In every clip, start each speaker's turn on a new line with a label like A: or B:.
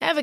A: Ever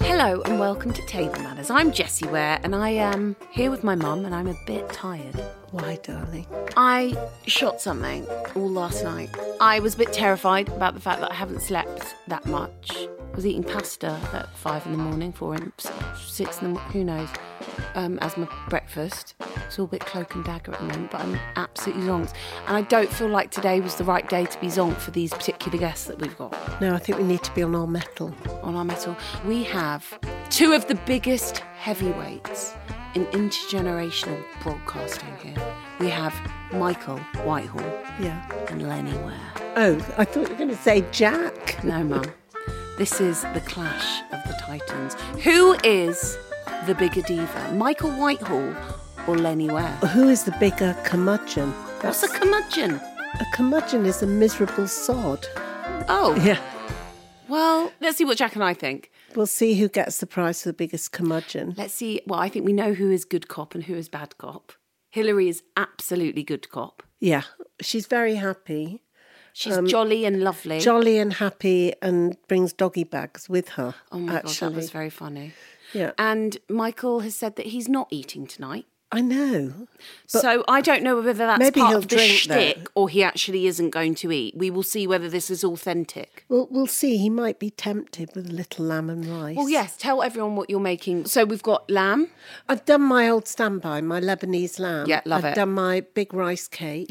B: Hello and welcome to Table Manners. I'm Jessie Ware and I am here with my mum and I'm a bit tired.
C: Why, darling?
B: I shot something all last night. I was a bit terrified about the fact that I haven't slept that much. I was eating pasta at five in the morning, four in six in the morning, who knows, um, as my breakfast. It's all a bit cloak and dagger at the moment, but I'm absolutely zonked. And I don't feel like today was the right day to be zonked for these particular guests that we've got
C: No, I think we need to be on all metal.
B: on our metal. We have two of the biggest heavyweights in intergenerational broadcasting here. We have Michael Whitehall
C: Yeah.
B: and Lenny Ware.
C: Oh, I thought you were going to say Jack.
B: No, mum. This is the clash of the titans. Who is the bigger diva, Michael Whitehall or Lenny Ware?
C: Who is the bigger curmudgeon?
B: What's a curmudgeon?
C: a curmudgeon is a miserable sod.
B: Oh,
C: Yeah.
B: well, let's see what Jack and I think.
C: We'll see who gets the prize for the biggest curmudgeon.
B: Let's see. Well, I think we know who is good cop and who is bad cop. Hillary is absolutely good cop.
C: Yeah. She's very happy,
B: She's jolly and lovely.
C: jolly and happy, and brings doggy bags with her.
B: Oh my
C: actually.
B: god, that was very funny.
C: Yeah.
B: And Michael has said that he's not eating tonight.
C: I know.
B: so I don't know whether that's
C: Maybe
B: part
C: he'll
B: of the
C: drink,
B: shtick
C: though.
B: or he actually isn't going to eat. We will see whether this is authentic.
C: We'll, we'll see. He might be tempted with a little lamb and rice.
B: Well, yes, tell everyone what you're making. So we've got lamb.
C: I've done my old standby, my Lebanese lamb.
B: Yeah, love
C: I've
B: it.
C: done my big rice cake.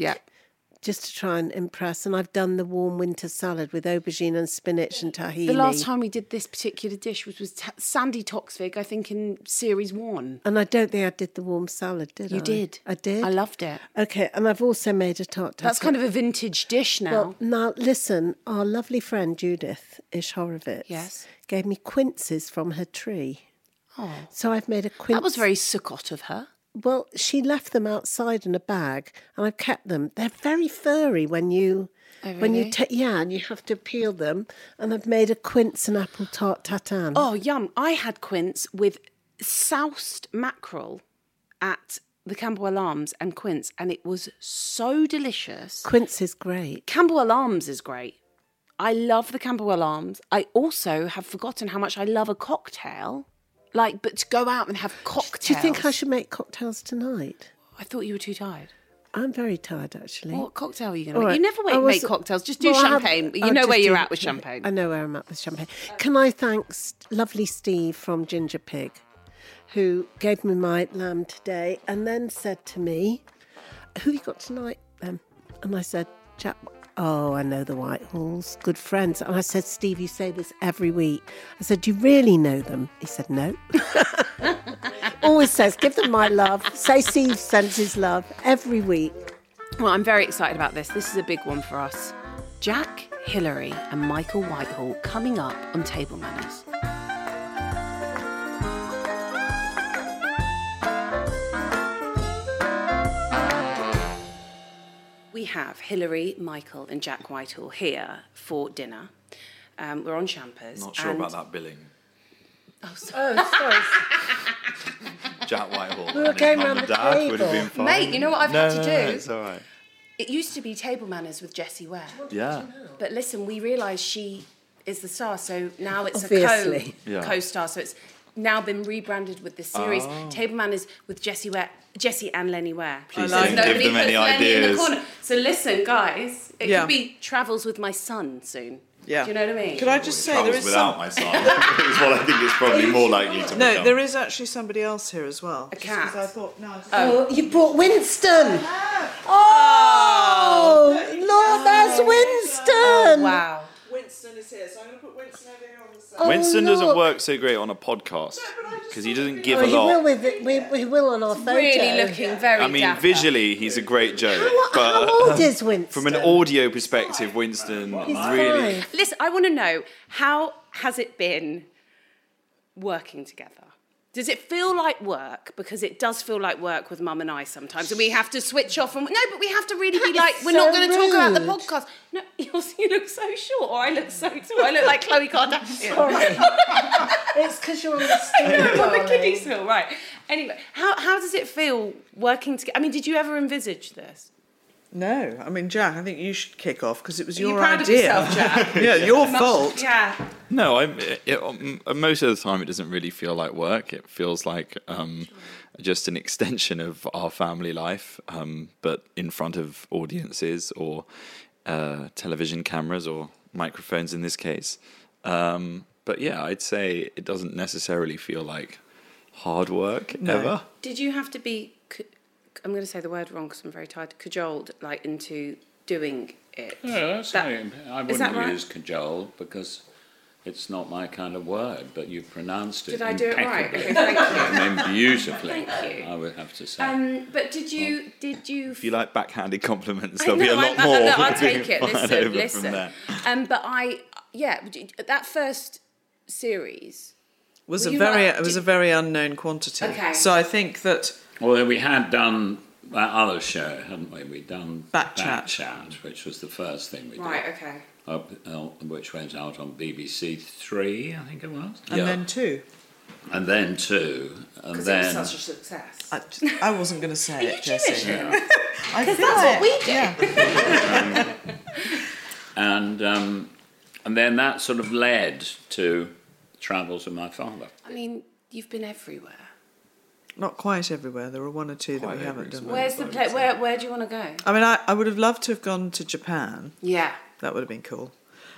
C: just to try and impress. And I've done the warm winter salad with aubergine and spinach and tahini.
B: The last time we did this particular dish was with Ta- Sandy Toxvig, I think in series one.
C: And I don't think I did the warm salad, did I?
B: You did.
C: I did.
B: I loved it.
C: Okay, and I've also made a tart.
B: That's kind of a vintage dish now.
C: Well, now listen. Our lovely friend Judith Ishhorovitz
B: Yes.
C: gave me quinces from her tree,
B: oh,
C: so I've made a quince.
B: that was very Sukkot of her.
C: well. She left them outside in a bag, and I've kept them. They're very furry when you
B: Oh,
C: when you
B: really?
C: ta- yeah, and you have to peel them. And I've made a quince and apple tart tatin.
B: Oh, yum. I had quince with soused mackerel at the Campbell Arms and quince, and it was so delicious.
C: Quince is great.
B: Campbell Arms is great. I love the Campbell Arms. I also have forgotten how much I love a cocktail. Like, but to go out and have cocktails.
C: Do you think I should make cocktails tonight?
B: I thought you were too tired.
C: I'm very tired actually.
B: What cocktail are you going to
C: All
B: make?
C: right.
B: You never wait,
C: I was-
B: make cocktails. Just do
C: Well, I have-
B: champagne. you
C: I'll
B: know where
C: just
B: you're
C: do-
B: at with champagne.
C: I know where I'm at with champagne. Can I thank st- lovely Steve from Ginger Pig, who gave me my lamb today and then said to me, Who you got tonight then? And I said, Chap, oh, I know the Whitehalls, good friends. And I said, Steve, you say this every week. I said, Do you really know them? He said, No. Always says, Give them my love. Say Steve sends his love every week.
B: Well, I'm very excited about this. This is a big one for us. Jack, Hillary, and Michael Whitehall coming up on Table Manners. We have Hillary, Michael, and Jack Whitehall here for dinner. Um, we're on Champers.
D: Not sure
B: and-
D: about that billing.
C: Oh, sorry.
D: Jack Whitehall.
C: were
D: and his
C: going
D: mum
C: round
D: and
C: the
D: dad would have
C: table.
D: been fine.
B: Mate, you know what I've
D: no,
B: had to
D: no, no,
B: do?
D: it's all right.
B: It used to be Table Manners with Jessie Ware.
D: Yeah.
B: But listen, we realise she is the star, so now it's
C: Obviously.
B: a co
D: Yeah.
B: co-star. So it's now been rebranded with this series.
D: Ah.
B: Table Manners with Jesse Ware, Jesse and Lenny Ware.
D: Please
E: like
D: don't
E: that.
D: give them any ideas.
B: So listen, guys, it
E: Yeah.
B: could be travels with my son soon.
E: Yeah.
B: Do you know what I mean?
E: Could I just say there
D: Travels
E: is
D: without
E: some,
D: my son is what I think is probably more likely to
E: no,
D: become.
E: there is actually somebody else here as well. A
B: cat.
E: I thought no. I thought-
C: Oh, you brought Winston.
E: Oh,
C: Oh, Lord, there's Winston.
B: Wow.
E: Winston is here, so I'm going to put Winston over here on the side.
D: Winston
C: Oh,
D: doesn't
C: look.
D: work so great on a podcast because he doesn't give
C: Oh,
D: a
C: he will
D: lot.
C: with it. We, we will on our photo.
B: Really looking very.
D: I mean,
B: dapper.
D: visually, he's a great joke,
C: What, how old
D: but
C: is Winston?
D: from an audio perspective, Winston
C: He's
D: really.
C: five.
B: Listen, I want to know how has it been working together? Does it feel like work? Because it does feel like work with mum and I sometimes, and we have to switch off. And no, but we have to really be like, we're not
C: so
B: going to talk about the
C: rude.
B: podcast. No, you you look so short, or I look so tall. I look like Chloe Kardashian.
C: It's because you're on the steering
B: I'm on
C: wheel.
B: the kiddies feel right. Anyway, how how does it feel working together? I mean, did you ever envisage this?
E: No, I mean Jack. I think you should kick off because it was your
B: you proud of
E: idea.
B: yourself, Jack?
E: yeah, your fault.
B: Yeah.
D: No, I, it, it- um, most of the time it doesn't really feel like work. It feels like um, just an extension of our family life, um, but in front of audiences or uh, television cameras or microphones in this case. Um, but yeah, I'd say it doesn't necessarily feel like hard work ever.
B: Did you have to be? c- I'm going to say the word wrong because I'm very tired. Cajoled, like into doing it.
F: No, that's
B: That-
F: not- I
B: is that
F: wouldn't
B: right?
F: use cajole because it's not my kind of word, but you pronounced it
B: Did I do it right?
F: impeccably.
B: Okay, thank you.
F: I mean, beautifully,
B: Thank you.
F: I would have to say.
B: Um, but did you? Did you?
D: If you like backhanded compliments,
B: I
D: there'll be a
B: know,
D: lot
B: I- I-
D: more.
B: no, uh, I'll
D: being
B: take it.
D: fired
B: Listen,
D: over from
B: listen.
D: there.
B: Um, but I, yeah, would you- that first series.
E: was
B: Were
E: a
B: you
E: very
B: like-
E: it was a very unknown quantity.
B: Okay.
E: So I think that
F: Although we had done that other show, hadn't we? We'd done
E: Back Chat.
F: Chat, which was the first thing we did,
B: Right. Okay.
F: up, uh, which went out on BBC Three, I think it was.
E: and then two.
F: and then two, and
B: Because it was
F: then
B: such a success.
E: I, just- I wasn't going to say
B: you
E: it, Jesse.
B: Jewish?
E: Because
B: that's what we do.
F: and um, and then that sort of led to travels with my father.
B: I mean, you've been everywhere.
E: Not quite everywhere. There were one or two that
D: Quite
E: we haven't done.
D: everywhere.
B: Where's the place? Where Where do you want to go?
E: I mean, I, I would have loved to have gone to Japan.
B: Yeah.
E: That would have been cool.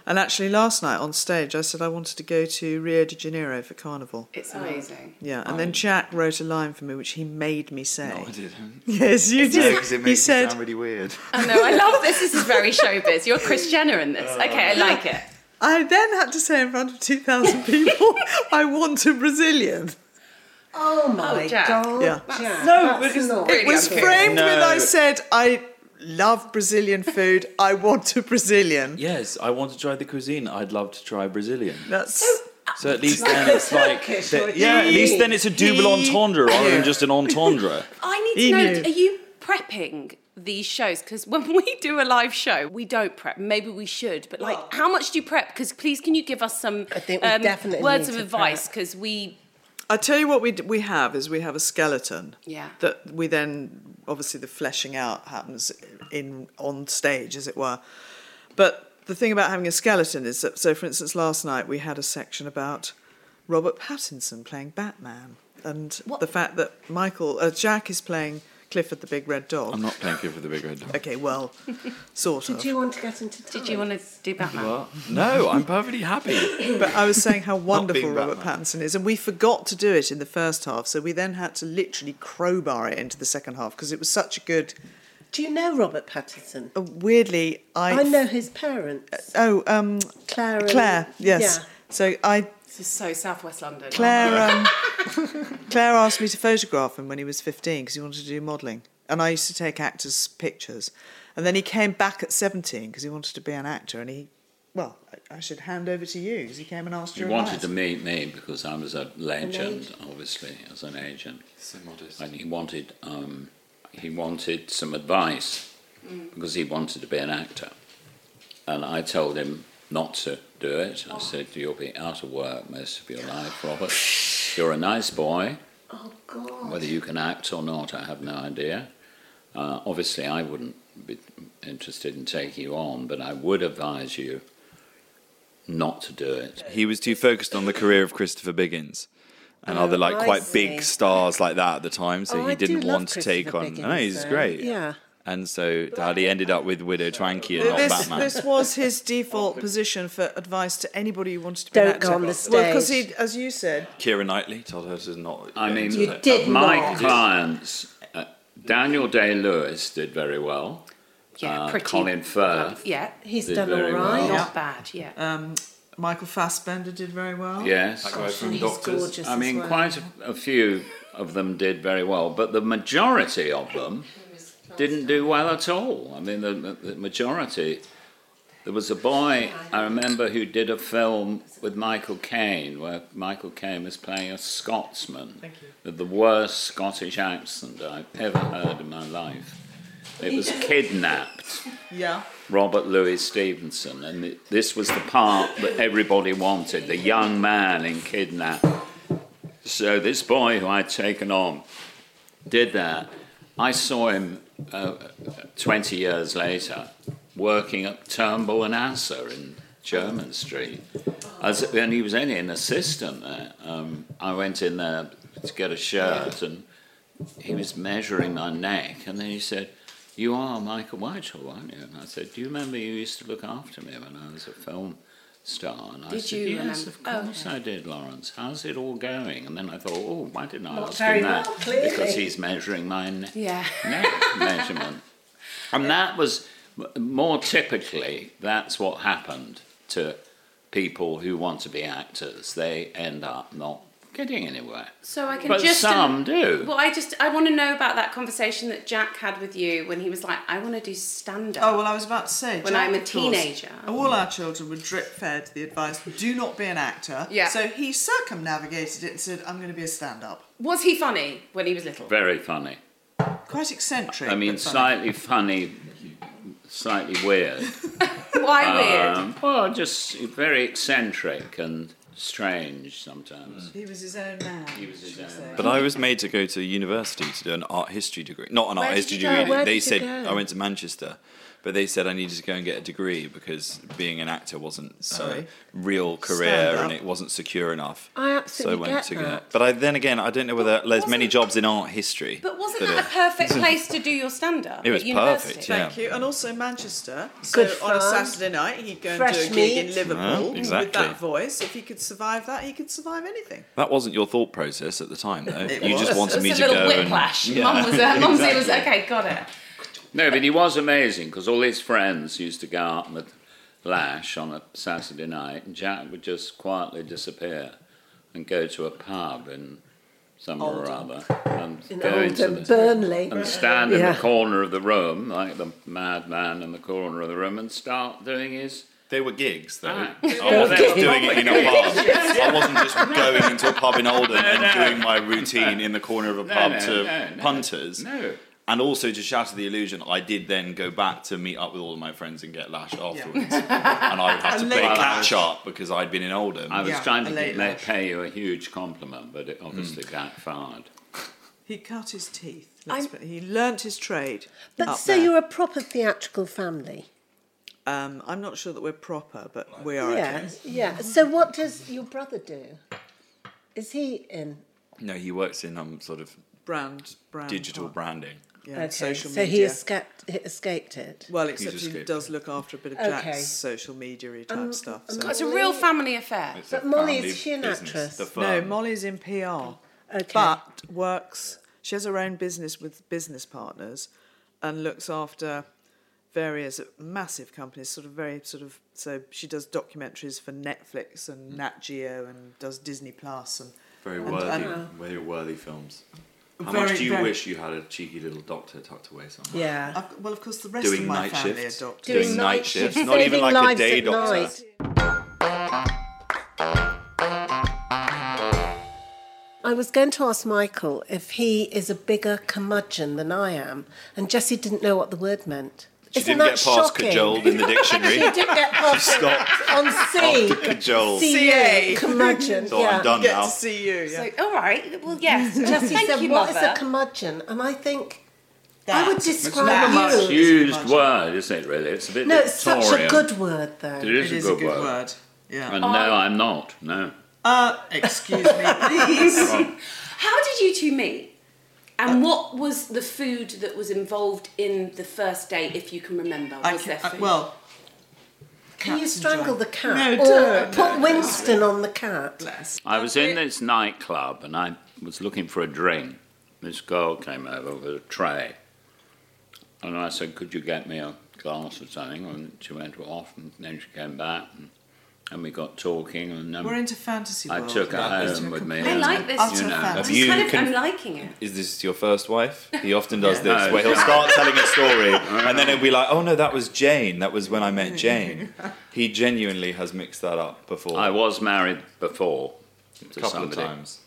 E: And actually, last night on stage, I said I wanted to go to Rio de Janeiro for Carnival.
B: It's amazing.
E: Yeah, and then Jack wrote a line for me, which he made me say.
D: Oh. No, Oh, I didn't.
E: Yes, you
D: No,
E: did.
D: 'cause it
E: he
D: makes it
E: said,
D: sound really weird.
B: I know. I love this. This is very showbiz. You're Chris Jenner in this.
D: Oh.
B: Okay, I like it.
E: I then had to say in front of 2,000 people, I want a Brazilian.
C: Oh my
B: Oh, Jack.
C: God.
E: Yeah.
C: Jack,
E: No,
C: that's
E: because
C: not-
E: it was
B: unfair.
E: framed
D: No.
E: with I said, I love Brazilian food, I want a Brazilian.
D: Yes, I want to try the cuisine. I'd love to try Brazilian.
E: That's.
D: So at least then it's like,
C: Turkish
D: that-
C: or
D: yeah, at least then it's a double
E: He-
D: entendre rather than just an entendre.
B: I need
E: He
B: to know
E: knew.
B: are you prepping these shows? Because when we do a live show, we don't prep. Maybe we should, but like, how much do you prep? Because please, can you give us some um,
C: I think we definitely
B: words
C: need
B: of
C: to
B: advice? Because we,
E: I tell you what we d- we have is we have a skeleton.
B: Yeah.
E: That we then obviously the fleshing out happens in on stage as it were. But the thing about having a skeleton is that so for instance last night we had a section about Robert Pattinson playing Batman and the fact that Michael uh, Jack is playing Clifford the Big Red Dog.
D: I'm not thank you for the big red dog.
E: Okay, well, sort of.
C: Did you want to get into time?
B: did you want to do Batman?
D: Uh, No, I'm perfectly happy.
E: But I was saying how wonderful
D: being
E: Robert
D: Batman.
E: Pattinson is, and we forgot to do it in the first half, so we then had to literally crowbar it into the second half because it was such a good.
C: Do you know Robert Pattinson?
E: uh, Weirdly, I
C: I know his
D: Uh,
C: parents.
E: Oh, um,
C: Claire and-
E: Claire. Yes.
C: Yeah.
E: So I
B: This is so Southwest London.
E: Claire um, Claire asked me to photograph him when he was fifteen because he wanted to do modelling, and I used to take actors' pictures, and then he came back at seventeen because he wanted to be an actor, and he. Well, I- I should hand over to you because he came and asked
F: He
E: you.
F: wanted to meet me because I was a legend, obviously, as an agent.
D: So modest.
F: And he wanted, um, he wanted some advice
C: Mm.
F: because he wanted to be an actor. And I told him not to do it.
C: Oh.
F: I said, You'll be out of work most of your life, Robert. You're a nice boy.
C: Oh, God.
F: Whether you can act or not, I have no idea. Uh, obviously, I wouldn't be interested in taking you on, but I would advise you not to do it.
D: He was too focused on the career of Christopher Biggins. and other like
C: I
D: quite
C: see.
D: big stars like that at the time. So
C: Oh,
D: he
C: I do
D: didn't
C: love
D: want to take
C: Christopher
D: on.
C: Biggins,
D: No, he's
C: though.
D: great.
C: Yeah.
D: And so Daddy ended up with Widow Twanky and not
E: This,
D: Batman.
E: this was his default position for advice to anybody who wanted to be an
C: Don't
E: actor.
C: go on the stage.
E: Well, because he, as you said,
D: Kira Knightley told her to not.
F: I
D: get
F: mean, uh,
D: into
C: You
D: it.
C: did
F: my
C: not.
F: clients, uh, Daniel Day Lewis did very well.
G: Yeah,
F: Uh,
G: pretty.
F: Colin
B: Uh,
F: Firth.
G: Yeah,
C: He's
F: Did
C: done all
F: very
C: right.
F: well.
G: not
F: Yeah.
G: bad. Yeah.
C: Uh.
E: um, Michael Fassbender did very well.
F: Yes.
D: That guy from
C: He's
D: Doctors.
C: gorgeous.
F: I
C: as
F: mean,
C: well.
F: quite a, a few of them did very well, but the majority of them didn't do well at all. I mean, the, the majority. There was a boy I remember who did a film with Michael Caine, where Michael Caine was playing a Scotsman with the worst Scottish accent I've ever heard in my life. It was kidnapped.
E: Yeah.
F: Robert Louis Stevenson, and it- this was the part that everybody wanted the young man in Kidnap. So, this boy who I'd taken on did that. I saw him uh, 20 years later working at Turnbull and Asser in German Street. As, and he was only an assistant there. Um, I went in there to get a shirt, and he was measuring my neck, and then he said, you are Michael Whitehall, aren't you? And I said, Do you remember you used to look after me when I was a film star? And I
G: Did
F: said,
G: you
F: Yes,
G: remember? Oh,
F: of course I did, Lawrence. How's it all going? And then I thought, Oh, why didn't I ask
C: very
F: him that?
C: well, clearly.
F: because he's measuring my ne-
G: Yeah.
F: neck measurement. And that was m- more typically, that's what happened to people who want to be actors. They end up not getting anywhere.
G: So I can
F: But
G: just
B: um,
F: some do.
G: Well, I just I want to know about that conversation that Jack had with you when he was like, I want to do stand up.
E: Oh well, I was about to say
G: When
E: Jack,
G: I'm a
E: of course,
G: teenager.
E: all our children were drip fed the advice: do not be an actor.
G: Yeah.
E: So he circumnavigated it and said, "I'm going to be a stand-up."
G: Was he funny when he was little?
F: Very funny.
E: Quite eccentric.
F: I mean,
E: but funny.
F: slightly funny, slightly weird.
G: Why weird?
F: Um, well, just very eccentric and strange sometimes.
E: he was his own man.
F: He was his own
D: But I was made to go to university to do an art history degree. Not an
C: Where
D: art
C: did
D: history
C: you go?
D: degree.
C: Where did
D: they
C: you
D: said
C: go?
D: I went to Manchester, but they said I needed to go and get a degree because being an actor wasn't a
E: Sorry.
D: real career
E: Stand up.
D: and it wasn't secure enough.
C: I
D: so I
C: absolutely
D: went
C: get
D: to
C: that.
D: get. But I, then again, I don't know whether there's many
G: wasn't-
D: jobs in art history.
G: But wasn't
D: that
G: that a perfect place to do your stand up?
D: It was
G: university?
D: perfect, yeah.
E: Thank you. And also Manchester. So
C: Good
E: on a
C: fun.
E: Saturday night, he'd go and
C: Fresh
E: do a gig
C: meat.
E: in Liverpool
D: Yeah, exactly.
E: with that voice. If he could survive that, he could survive anything.
D: That wasn't your thought process at the time, though.
E: It
D: you just
E: was.
D: wanted
G: It
D: me
G: was
D: to
G: a
D: go
G: little whiplash.
D: and. Yeah.
G: Mum was, uh, mum's it was okay. Got it.
F: No, but he was amazing because all his friends used to go out with Lash on a Saturday night, and Jack would just quietly disappear and go to a pub in somewhere or other and
C: In
F: go into
C: Oldham,
F: the,
C: Burnley.
F: and stand in
C: Yeah.
F: the corner of the room like the madman in the corner of the room and start doing his
D: They were gigs, though.
F: Ah.
D: I wasn't
F: They were
D: doing it in a pub. I wasn't just going into a pub in Oldham and doing my routine in the corner of a pub
F: no,
D: to
F: no, no.
D: punters.
F: no.
D: And also to Shatter the Illusion, I did then go back to meet up with all of my friends and get lashed afterwards. and I would have to
E: And
D: play
E: later-
D: catch up because I'd been in Oldham.
F: I was
E: Yeah,
F: trying
E: a
F: to
E: late
F: get- ma-
E: lunch.
F: pay you a huge compliment, but it obviously backfired.
E: He cut his teeth. Let's put- he learnt his trade.
C: But
E: up
C: so
E: there.
C: you're a proper theatrical family.
E: Um, I'm not sure that we're proper, but we are.
C: Yeah,
E: Okay.
C: yeah.
E: mm-hmm.
C: So what does your brother do? Is he in?
D: no, he works in um, sort of
E: Brand,
F: Oh,
E: brand,
D: digital
E: part.
D: branding.
E: yeah,
C: okay,
E: social
C: so
E: media.
C: he escaped. He escaped it.
E: Well, except
D: He's
E: he
D: escaped.
E: does look after a bit of
C: Okay. Um,
E: Jack's social media type stuff. So.
G: It's a real family affair.
D: It's
C: But
D: a
C: Molly,
D: family
C: is she an
D: business,
C: actress?
D: the
C: No,
E: no,
D: firm.
E: Molly's in PR,
C: Okay.
E: but works. She has her own business with business partners, and looks after various massive companies. Sort of very sort of. So she does documentaries for Netflix and Nat Geo, and does Disney Plus and.
D: Very
E: and-
D: worthy,
E: and-
D: very worthy films. How
E: Very,
D: much do you
E: very-
D: wish you had a cheeky little doctor tucked away somewhere?
C: yeah.
E: I've, well, of course, the rest
D: doing
E: of my
D: night
E: family
D: shifts,
E: are doctors.
D: doing,
C: Doing
D: night
C: night
D: shifts,
C: shifts,
D: not
C: saving
D: even like a
C: lives
D: day
C: at
D: doctor.
C: night. I was going to ask Michael if he is a bigger curmudgeon than I am, and Jesse didn't know what the word meant.
D: She
C: Isn't
D: didn't get
C: that
D: past
C: shocking?
D: cajoled in the
C: She
D: dictionary.
C: didn't get past it.
D: Stopped
C: on
D: after
C: C.
D: cajoled.
C: CA, curmudgeon.
D: So
C: yeah.
D: I'm done
E: Get
D: now.
E: to see you. Yeah.
G: So, all right. Well, yes.
C: Jesse
G: Thank
C: said,
G: you,
C: "What is
G: mother."
C: a curmudgeon?" And I think I would describe
E: not
C: you.
E: much.
F: Used
E: Imagine.
F: word, isn't it? Really, it's a bit.
C: No, it's such a
F: Victorian.
C: good word, though.
F: It is,
E: it is
F: a good word.
E: Yeah.
F: And no, I'm not. No,
E: Uh, excuse me, please.
B: How did you two meet? And what was the food that was involved in the first date, if you can remember?
E: I
B: Was there
E: can, I,
B: food?
E: well,
C: Can you
E: Cats and
C: strangle the
E: dry-
C: cat?
E: No,
C: or
E: don't,
C: put
E: no.
C: Winston on the cat?
E: bless.
F: I was in this nightclub and I was looking for a drink. This girl came over with a tray. And I said, Could you get me a glass or something? And she went off and then she came back and, and we got talking. And then
E: We're into fantasy
F: I
E: world.
F: took her
E: now. It's
F: home
E: a
F: with me.
B: I
E: complete
B: like this.
E: utter
F: You know.
B: I'm,
D: Have
E: fantasy.
D: you
B: kind of,
D: con-
B: I'm liking it.
D: Is this your first wife? He often does
F: Yeah.
D: this,
F: No,
D: where he'll
F: yeah.
D: start telling a story and then he'll be like, "Oh no, that was Jane. That was when I met Jane." He genuinely has mixed that up before
F: I was married before
D: a
F: to
D: couple
F: somebody.
D: of times.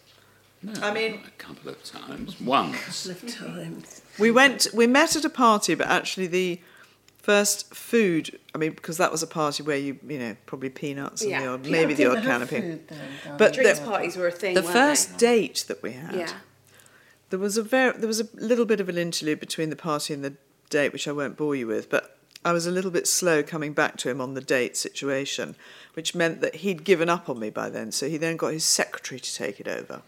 F: No,
E: I mean-
F: a couple of times. Once.
C: Times.
E: We went. We met at a party, but actually the first food. I mean, because that was a party where you, you know, probably peanuts and the
B: Yeah.
E: odd, maybe the
C: Didn't
E: odd
C: have
E: can of peanuts.
C: food then, darling.
E: But
B: Drinks
E: the,
B: parties were a thing.
E: the
B: weren't
E: first date that we had,
B: They? Yeah.
E: there was a very, there was a little bit of an interlude between the party and the date, which I won't bore you with, but. I was a little bit slow coming back to him on the date situation, which meant that he'd given up on me by then. So he then got his secretary to take it over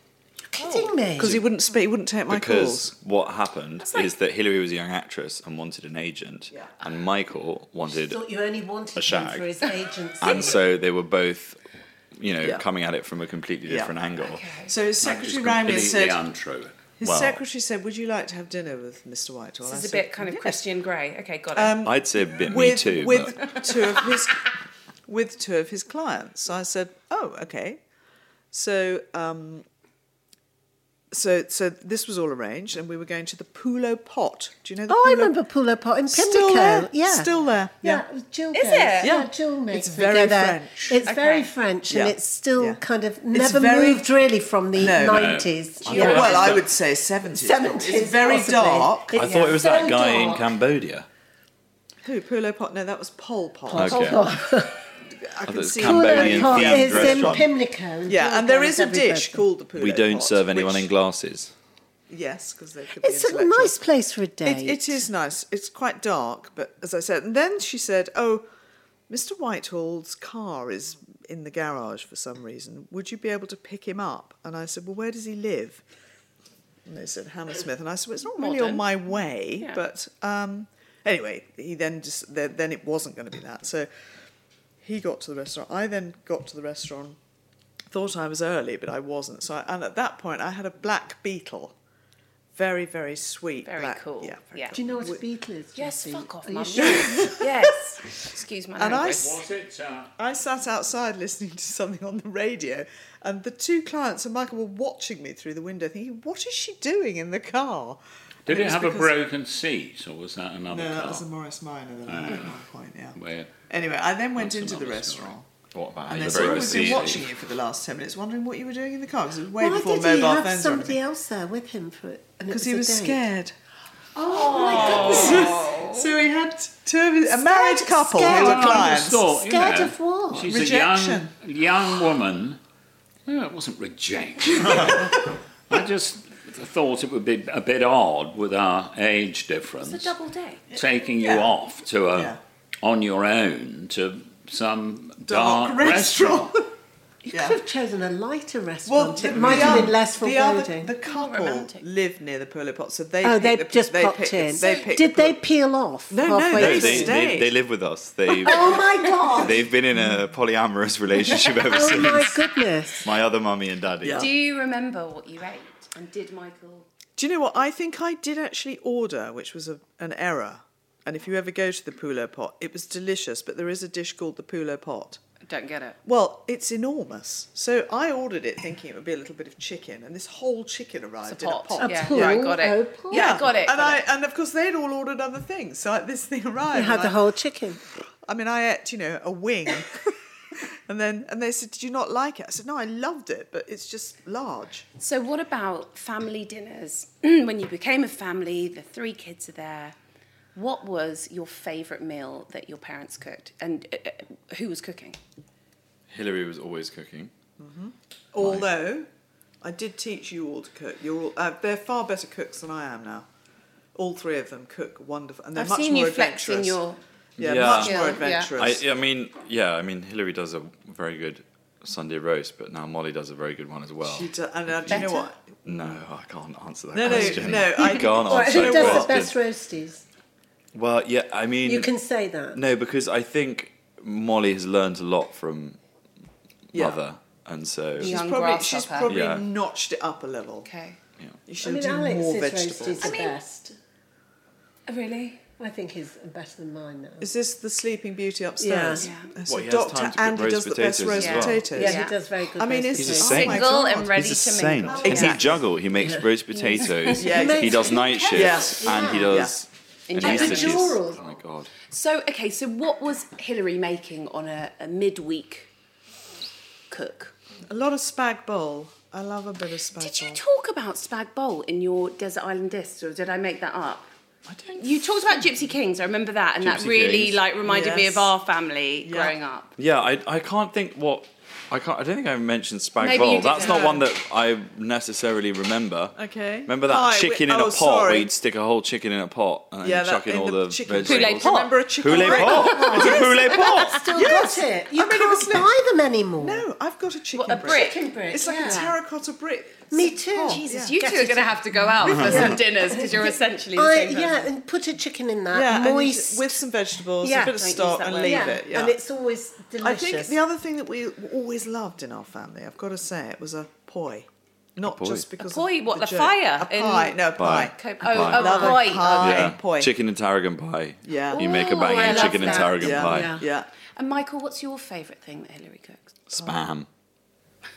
C: kidding me?
E: because he wouldn't speak, he wouldn't take my
D: because
E: calls.
D: what happened is that Hillary was a young actress and wanted an agent, and Michael wanted,
C: thought you only wanted him
D: shag.
C: for his agency.
D: and so they were both, you know,
E: Yeah.
D: coming at it from a completely
E: Yeah.
D: different angle.
E: So his secretary
F: It's
E: rang me and
F: completely
E: said,
F: untrue.
E: His
D: Well-
E: secretary said, "Would you like to have dinner with Mr. Whitehall?"
B: This
E: I
B: is a
E: said,
B: bit kind of
E: "Yes."
B: Christian Grey. Okay, got it.
D: I'd say a bit me
E: With
D: too.
E: with
D: but
E: two of his with two of his clients. So I said, "Oh, okay." So um, so so this was all arranged, and we were going to the Pulo Pot. Do you know the
C: oh, I
E: Pulo-
C: remember Pulo Pot in Pimlico.
E: Still there?
C: Yeah,
E: Still there,
C: Yeah,
E: yeah.
C: it was Jill.
B: Is
C: goes.
B: it?
E: Yeah.
C: Jill makes
E: It's
C: me go
E: very
C: there.
E: French.
C: It's very
B: Okay.
C: French,
E: Yeah.
C: and it's still
E: Yeah.
C: kind of
E: It's
C: never
E: very-
C: moved really from the
E: No. No.
C: nineties.
E: Yeah, well, I would say 70s. It's very dark.
D: I thought it was that guy in
C: Cambodia.
D: Cambodia.
E: Who Pulo Pot? No, that was Pol Pot.
D: Okay.
E: I
D: it
E: can
D: was
E: see.
D: Oh, Cambodian
C: Pot
D: themed
C: is in
D: restaurant.
C: Pimlico.
E: Yeah, and there is a dish
C: called.
E: called the Pulo
D: We don't
E: Pot,
D: serve anyone
E: which-
D: in glasses.
E: Yes, because they could
C: It's a
E: be intellectual.
C: nice place for a date.
E: It, it is nice. It's quite dark, but as I said, and then she said, "Oh, Mr. Whitehall's car is in the garage for some reason. Would you be able to pick him up?" And I said, "Well, where does he live?" And they said Hammersmith, and I said, well, "It's not really on my way, but um, anyway." He then just then, then it wasn't going to be that. So he got to the restaurant. I then got to the restaurant. Thought I was early, but I wasn't. So, I, and at that point, I had a black beetle, very, very sweet.
B: Very
E: black,
B: cool.
E: Yeah, very
B: Yeah.
C: Do you know what a beetle is?
B: Yes,
C: Jessie?
B: fuck off,
C: Are you
B: mum.
C: sure?
B: yes. Excuse my
E: And I,
B: language.
E: s-
F: Was it? Uh,
E: I sat outside listening to something on the radio, and the two clients and Michael were watching me through the window, thinking, "What is she doing in the car?"
F: did
E: And
F: it
E: was
F: have a
E: because-
F: broken seat or was that another
E: No,
F: car?
E: that was a Morris Minor. That I my point. Yeah.
F: Where
E: Anyway, I then went
F: That's
E: into the
F: another
E: restaurant,
D: What about
E: and
D: you
E: they said, "Oh,
D: broke a
E: "We've been
D: seat?
E: watching you for the last ten minutes, wondering what you were doing in the car because it was way
C: Why
E: before
C: did
E: mobile
C: he have
E: phones."
C: somebody else there with him for it? and it
E: Because
C: was
E: he
C: a
E: was
C: date?
E: scared.
C: Oh my goodness!
E: So he had two of his, a married couple
C: scared.
E: who
C: Well,
E: were
C: I just
E: clients.
B: Oh,
F: thought, you
C: Scared
F: know,
C: of what?
F: She's
E: Rejection.
F: a young, young woman. No, it wasn't rejection. I just thought it would be a bit odd with our age difference.
B: It's a double date.
F: taking you
E: Yeah.
F: off to a
E: Yeah.
F: on your own to some
E: Dark
F: dark,
E: restaurant.
F: restaurant.
C: You
E: Yeah.
C: could have chosen a lighter restaurant.
E: Well,
C: it might have been less
E: the other-
C: foreboding.
E: the couple
B: romantic.
E: lived near the Polo Pot, so they
C: oh,
E: picked
C: they
E: the-
C: just
E: they
C: popped
E: picked-
C: in.
E: They picked
C: Did
E: the
C: they
E: Polo-
C: peel off?
E: No, no,
C: halfway
D: No,
E: they
D: they,
C: through?
D: they,
E: stayed.
D: they live with us. They
C: Oh my god!
D: they've been in a polyamorous relationship ever
C: oh my
D: since.
C: goodness!
D: My other mummy and daddy.
E: Yeah.
B: Do you remember what you ate? And did Michael?
E: Do you know what? I think I did actually order, which was a, an error. And if you ever go to the Pulo Pot, it was delicious, but there is a dish called the Pulo Pot.
B: Don't get it.
E: Well, it's enormous. So I ordered it thinking it would be a little bit of chicken, and this whole chicken arrived in
B: pot.
E: a pot.
B: Yeah,
C: pool,
B: yeah, I got
C: a
B: it.
C: pool.
B: Yeah, I got it.
E: And
B: got
E: I
B: it.
E: and of course they'd all ordered other things, so like, this thing arrived.
C: They
E: and
C: had the
E: I-
C: whole chicken.
E: I mean, I ate, you know, a wing. and then and they said, Did you not like it? I said, No, I loved it, but it's just large.
B: So, what about family dinners? when you became a family, the three kids are there. What was your favourite meal that your parents cooked, and uh, uh, who was cooking?
D: Hillary was always cooking.
E: Although I did teach you all to cook. You're all uh, they're far better cooks than I am now. All three of them cook wonderful and they're
B: I've
E: much
B: seen
E: more
B: you flexing
E: adventurous.
B: your.
E: yeah,
D: Yeah.
E: much
B: Yeah,
E: more
B: yeah.
E: adventurous.
D: I, I mean, yeah, I mean, Hillary does a very good Sunday roast, but now Molly does a very good one as well.
E: She do, and uh, do you know
B: Better?
E: what?
D: No, I can't answer that
E: No, no,
D: question.
E: no, I-
D: can't
E: Well,
D: answer
E: who
C: Who
D: that
E: does the
C: does
D: question.
C: the best roasties?
D: Well, yeah, I mean,
C: You can say that.
D: no, because I think Molly has learned a lot from
E: Yeah.
D: Mother, and so
E: She's
B: Young
E: probably she's
B: grasshopper.
E: probably
D: Yeah.
E: notched it up a level.
B: Okay.
E: You
C: I
E: should
C: mean,
E: do more
C: Alex's
E: vegetables.
C: roasties are best.
B: Oh, Really?
C: I think he's better than mine now.
E: Is this the Sleeping Beauty upstairs?
B: Yeah.
E: So
D: Well, he has
E: Dr.
D: time to cook
E: Andy
D: roast
E: does the best
D: potatoes
E: roast
D: as well.
E: potatoes.
C: Yeah,
B: Yeah.
C: he does very good.
E: I mean,
C: roast
E: it's
D: He's a
C: potatoes.
D: saint. Thank
B: Single
E: God.
B: and ready
D: He's a
B: to
D: saint.
B: mingle.
D: He can
E: Exactly.
D: juggle. He makes roast potatoes.
E: Yeah,
C: He
D: He
C: makes-
D: does night shifts,
C: Yeah.
D: and he
C: Yeah.
D: does. And he used to
C: Injection.
D: do-
C: Epidural.
D: Oh my god!
B: So okay, so what was Hillary making on a, a midweek cook?
E: A lot of spag bowl. I love a bit of spag
B: Did you
E: bowl.
B: talk about spag bowl in your desert island discs, or did I make that up?
D: I don't.
B: You talked about Gypsy Kings. I remember that, and that
D: Gypsy
B: really
D: Kings.
B: like reminded me
E: Yes.
B: of our family
E: Yeah.
B: growing up.
D: Yeah, I, I can't think what I can't. I don't think I mentioned spag
B: Maybe
D: bol.
B: you
D: That's
B: didn't.
D: not one that I necessarily remember.
E: Okay.
D: Remember that
E: Pie
D: chicken
E: with-
D: in a
E: oh,
D: pot
E: sorry.
D: where you'd stick a whole chicken in a pot and
E: Yeah,
D: yeah,
E: that-
D: chuck in
E: in
D: all
E: the
D: the,
E: chicken
D: vegetables.
B: Poulet pot.
E: Remember a chicken
D: Poulet
E: brick?
D: pot. It's a poulet pot.
C: Still
E: Yes.
C: got it. You
E: I mean, it was
C: can't
E: like-
C: buy them anymore.
E: No, I've got a chicken
B: a brick?
C: Chicken brick.
E: It's like
C: yeah.
E: a terracotta brick.
C: Me too.
B: Jesus, you two are going to have to go out for some dinners because you're essentially the
C: I,
B: same person.
C: yeah, and put a chicken in that.
E: Yeah, and you
C: moist.
E: just- with some vegetables,
C: Yeah.
E: a bit of
C: Don't use
E: stock,
B: that
E: and
B: word.
E: leave
C: yeah.
E: it. Yeah.
C: and it's always
E: I
C: delicious.
E: think the other thing that we always loved in our family, I've got to say, it was a poi. Not
D: poi.
E: just because of
B: poi? What, the
E: joke.
B: fire
E: A
B: in-
E: pie? No, a pie.
D: Pie.
B: Co-
D: Pie.
B: Oh,
E: Love
B: oh
E: a
B: boy.
E: pie.
D: Yeah.
E: Poi.
D: Chicken and tarragon pie.
E: Yeah.
D: You make a
B: Ooh, I
D: banging
B: love
D: chicken and
B: that.
D: tarragon
E: Yeah,
D: pie.
E: yeah.
B: And Michael, what's your favourite thing that Hillary cooks?
D: Spam.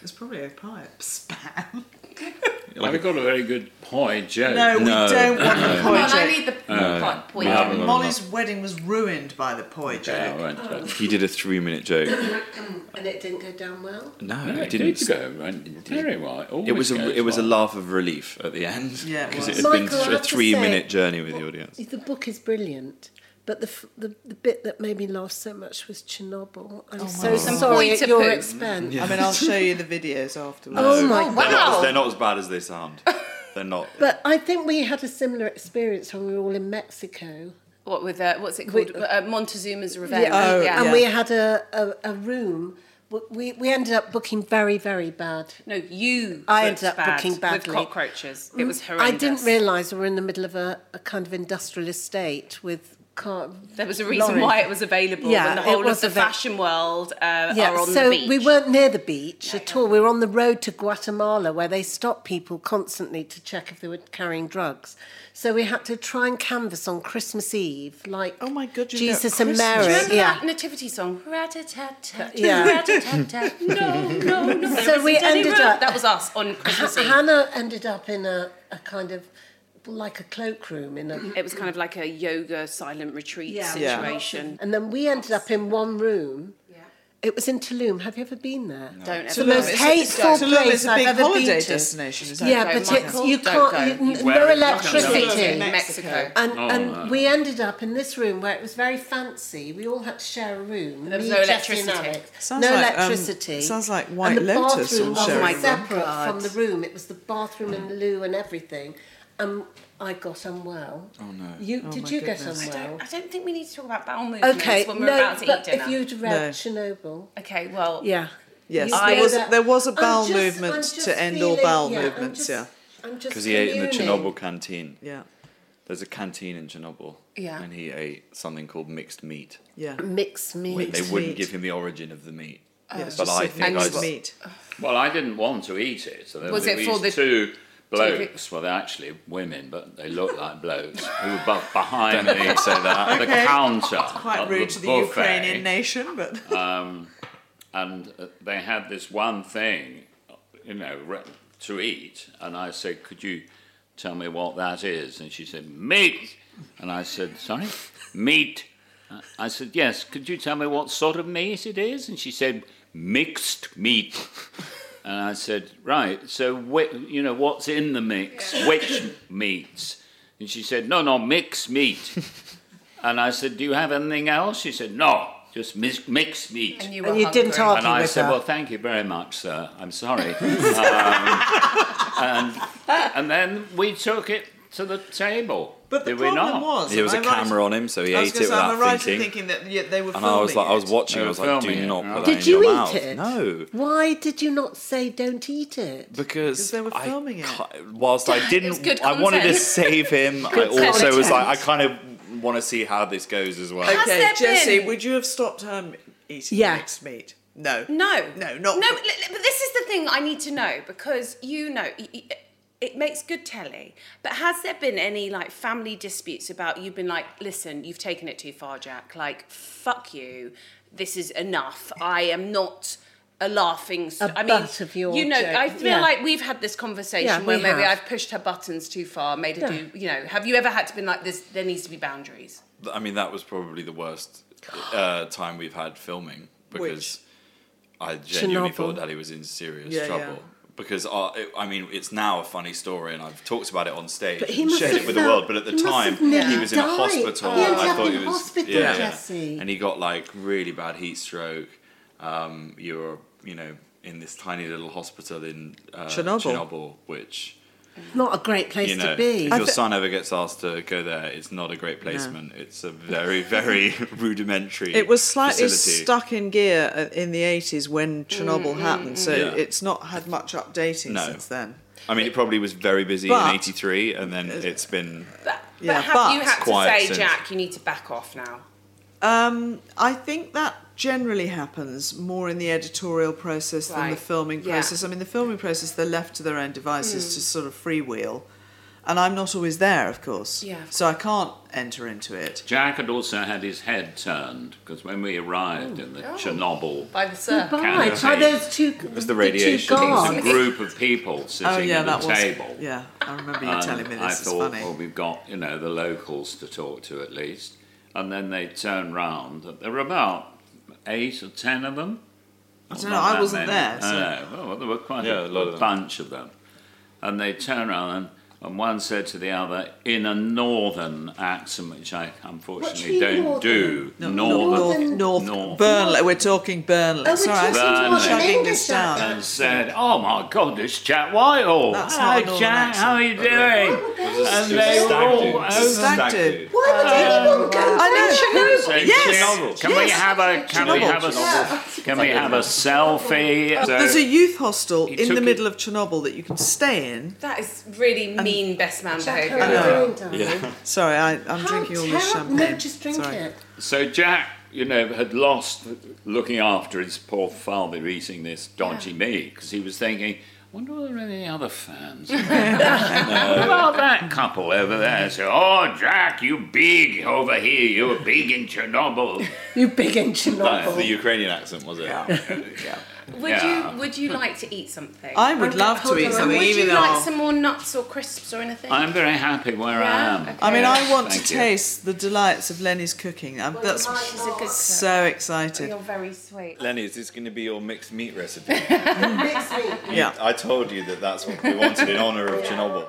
E: It's probably a pie. Spam.
D: Like
F: I've got a very good poi joke.
E: No,
D: No.
E: we don't want the poi
B: Well, I
E: joke.
B: need the pot point.
F: haven't.
E: Molly's wedding was ruined by the poi
F: Yeah,
E: joke.
F: I won't tell you.
D: He did a three-minute joke.
C: and it didn't go down well.
D: No,
F: No,
D: it didn't.
F: Did go, right? Very well.
D: It was
F: always
D: a it
F: goes
D: was a
F: well.
D: laugh of relief at the end.
E: Yeah, it
D: because
E: was.
D: it had been
C: Michael, I
D: th-
C: have
D: a
C: to say-
D: three-minute journey with the audience.
C: The book is brilliant, but the f- the, the bit that made me laugh so much was Chernobyl. I'm so sorry at
B: Pointer
C: your
B: poo.
C: expense.
E: I mean, I'll show you the videos afterwards.
C: Oh my god!
D: They're not,
B: Wow.
D: they're not as bad as they sound. They're not.
C: But I think we had a similar experience when we were all in Mexico.
B: What with uh, what's it called? uh, Montezuma's Revenge.
E: Oh,
B: yeah.
C: and
E: yeah.
C: we had a, a, a room. w- We, we ended up booking very, very bad.
B: No, you.
C: I
B: looked
C: ended up
B: bad
C: booking badly.
B: with cockroaches. It was horrendous.
C: I didn't realise we were in the middle of a, a kind of industrial estate with car.
B: There was a reason
C: lorries.
B: why it was available,
C: Yeah,
B: and the
C: it
B: whole of
C: was
B: the
C: ava-
B: fashion world uh,
C: Yeah,
B: are on
C: so
B: the beach.
C: we weren't near the beach at all. We were on the road to Guatemala where they stop people constantly to check if they were carrying drugs. So we had to try and canvas on Christmas Eve, like
E: Oh my God, you know,
C: Jesus and
E: Christmas.
C: Mary.
B: Do you remember
C: yeah. Uh,
B: that nativity song? Rat-a-tat-tat,
C: Yeah.
B: rat-a-tat-tat. No, no, no. There
C: So we
B: isn't any
C: ended
B: room.
C: up-
B: That was us on Christmas
C: Ha-
B: Eve.
C: Hannah ended up in a, a kind of like a cloakroom in a
B: It was kind of like a yoga silent retreat
E: Yeah.
B: situation.
C: and then we ended up in one room. It was in Tulum. Have you ever been there?
B: Don't
C: It's
B: ever
C: the
B: go.
C: most
B: It's-
C: hateful
E: Tulum is a
C: place
E: big
C: I've ever
E: holiday
C: been to.
E: destination, is that
C: yeah,
E: right?
C: but
B: Don't
C: it's,
B: go,
C: you
B: Michael,
C: can't.
B: don't
C: You, n-
F: Wear
C: no
F: it.
C: electricity.
E: Mexico.
B: Mexico.
C: And,
F: Oh,
C: and
F: no.
C: we ended up in this room where it was very fancy. We all had to share a room.
B: There was
C: Me,
B: no
C: Jessie and
B: electricity.
C: Alex.
E: Sounds
C: no
E: like, um,
C: electricity.
E: sounds like
C: And
E: White
C: the
E: Lotus
C: bathroom
E: on
C: was
B: sharing a room.
C: separate
E: God.
C: from the room. It was the bathroom and loo and everything. And I got unwell. Oh no! You did
E: my
C: you
E: goodness.
C: get
B: I don't,
C: unwell?
B: I don't think we need to talk about bowel movements
C: Okay,
B: when we're
C: no,
B: about to
C: but
B: eat dinner.
C: if you'd read Chernobyl,
B: Okay, well,
C: yeah.
E: Yes,
C: You
E: there
C: know
E: was-
C: that-
E: there was a
C: I'm
E: bowel
C: just- I'm
E: movement
C: just
E: to end all
C: feeling-
E: bowel
C: yeah, I'm
E: movements,
C: just-
E: yeah.
C: I'm just
D: Because he ate in the
C: communing.
D: Chernobyl canteen.
E: Yeah,
D: There's a canteen in Chernobyl.
B: Yeah.
D: And he ate something called mixed meat.
E: yeah.
C: Mixed meat. Oh.
D: they
E: Mixed
D: wouldn't
E: meat.
D: give him the origin of the meat.
E: Yeah, it's
D: but
E: just
D: I
E: like
D: think
E: mixed
D: I
E: meat.
F: Well, I didn't want to eat it. So there
B: Was
F: was
B: it
F: these
B: for the-
F: two blokes? Well, they're actually women, but they look like blokes who were bu- behind the,
D: didn't say that.
F: the counter.
E: Quite
F: at
E: rude to the
F: buffet,
E: Ukrainian nation, but
F: And uh, they had this one thing, you know, re- to eat. And I said, Could you tell me what that is? And she said, Meat. And I said, Sorry? Meat. I- I said, Yes, could you tell me what sort of meat it is? And she said, Mixed meat. And I said, right, so whi you know, what's in the mix? Which meats? And she said, no, no, mixed meat. and I said, do you have anything else? She said, no, just mi- mixed meat.
B: and
F: And,
B: you,
C: And
B: were
C: you didn't
B: hungry.
C: argue
F: I
C: with
F: said,
C: her.
F: well, thank you very much, sir. I'm sorry. um, and, and then we took it to the table.
E: But the
F: Did we
E: problem
F: not?
E: was
D: There was a
E: am I right-
D: camera on him, so he
E: I was
D: ate
E: gonna
D: it
E: say, am I
D: without
E: right in
D: thinking.
E: thinking that yeah, they were.
D: And I was like, I was
E: filming it?
D: watching.
F: They
D: I
F: were
D: was like, do
F: filming it,
D: not
F: right.
D: put that
C: Did
D: in your
C: you eat
D: mouth.
C: it?
D: No,
C: Why did you not say don't eat it?
D: because
E: they were filming
D: I,
E: it.
D: ki- Whilst I
B: It's
D: didn't,
B: good
D: I wanted to
B: content.
D: save him. I
B: Good
D: also was
B: content.
D: like, I kind of want to see how this goes as well.
B: Has
E: Okay,
B: there
E: Jesse,
B: been-
E: would you have stopped her eating
C: Yeah.
E: the mixed meat? No.
B: No.
E: No, not.
B: No, li- li- but this is the thing I need to know because you know y- y- it makes good telly. But has there been any like family disputes about you've been like, listen, you've taken it too far, Jack. Like, fuck you. This is enough. I am not a laughing. s-
C: A
B: I mean,
C: butt of your
B: you know,
C: joke.
B: I feel
C: Yeah.
B: like we've had this conversation
C: Yeah,
B: where
C: we
B: maybe
C: have.
B: I've pushed her buttons too far, made her
C: Yeah.
B: do. You know, have you ever had to been like this? There needs to be boundaries.
D: I mean, that was probably the worst uh, time we've had filming because I genuinely
C: Chernobyl.
D: thought Daddy was in serious
E: Yeah,
D: trouble.
E: yeah.
D: Because I, it- I mean, it's now a funny story, and I've talked about it on stage,
C: But he
D: and
C: must
D: shared
C: have
D: it with the
C: felt-
D: world. But at the
C: he must
D: time,
C: have nearly
D: he was in a
C: died.
D: hospital.
C: He
D: and
C: ended
D: I
C: up
D: thought
C: in
D: he was
C: hospital,
D: yeah,
C: Jesse.
D: and he got like really bad heat stroke. Um, you were, you know, in this tiny little hospital in uh,
E: Chernobyl.
D: Chernobyl, which
C: Not a great place
D: you know,
C: to be.
D: if your son ever gets asked to go there, it's not a great placement. It's a very, very rudimentary.
E: It was slightly
D: facility.
E: stuck in gear uh, in the 80s when Chernobyl happened, so
D: Yeah.
E: it's not had much updating
D: No.
E: since then.
D: I mean, it probably was very busy
E: But-
D: in '83, and then it's been.
B: But,
E: Yeah,
B: but have you
E: but-
B: had to
D: Quiet
B: say,
D: since.
B: Jack, you need to back off now?
E: Um, I think that generally happens more in the editorial process than the
B: Right.
E: filming
B: Yeah.
E: process. I mean, the filming process, they're left to their own devices
C: Hmm.
E: to sort of freewheel. And I'm not always there, of course.
B: Yeah, of
E: so I can't enter into it.
F: Jack had also had his head turned because when we arrived in the
E: Oh.
F: Chernobyl,
B: By the surf.
C: By, by
F: canopy,
C: those two,
D: was the
C: the
D: radiation.
C: two
F: it was a
C: guards.
F: group of people sitting
E: oh, yeah,
F: at
E: that
F: a
E: was.
F: table.
E: Yeah, I remember you
F: And
E: telling me
F: I
E: this. It's
F: thought, "Oh,
E: funny.
F: well, we've got you know the locals to talk to at least, and then they turned round. There were about eight or ten of them.
E: I don't know, I wasn't there. So.
F: I know. Well, there were quite
D: Yeah, a
F: a,
D: lot of them.
F: bunch of them, and they turned around and. And one said to the other in a northern accent, which I unfortunately
C: mean
F: don't
C: northern?
F: do.
C: northern-
E: North,
F: North.
E: Burnley. We're talking Burnley.
C: Oh, we're
E: Sorry, I
C: talking
F: Burnley.
C: about an
F: Chugging
C: English
E: this down.
C: accent.
F: and said, "Oh my God, this Jack Whitehall!
E: That's
F: Hello,
E: not a northern
F: Jack, how are you doing?" And they were
D: Stag do.
F: all
D: It was a
F: over.
E: stag
D: stag
E: do.
D: do.
C: Why would anyone go
E: I know.
C: there?
F: So,
E: Yes,
F: Can we
E: yes.
F: have a can we
E: Chernobyl.
F: have a can we have a selfie? So-
E: There's a youth hostel
F: He
E: in
F: took
E: the
F: it-
E: middle of Chernobyl that you can stay in.
B: That is really
E: Um,
B: mean best man behaviour.
C: Oh, darling.
E: Sorry, I, I'm
C: How
E: drinking all this
C: terrible.
E: champagne.
C: No, just drink
E: Sorry.
C: it.
F: So Jack, you know, had lost looking after his poor father eating this dodgy meat because he was thinking, I wonder whether there are any other fans. what about that couple over there? So, oh, Jack, you big over here, you were big in Chernobyl.
C: You big in Chernobyl.
D: The Ukrainian accent was it?
B: Would
F: Yeah.
B: you would you like to eat something?
E: I would love to
C: hold
E: eat
C: on,
E: something,
B: would you
E: even though.
B: like some more nuts or crisps or anything?
F: I'm very happy where
B: Yeah,
F: I am.
B: okay.
E: I mean, I want
F: Thank
E: to
F: you.
E: taste the delights of Lenny's cooking. I'm, that's
B: She's a good cook.
E: so excited.
B: You're very sweet.
D: Lenny, is this going to be your mixed meat recipe?
E: Yeah.
D: I told you that that's what we wanted in honor of Chernobyl.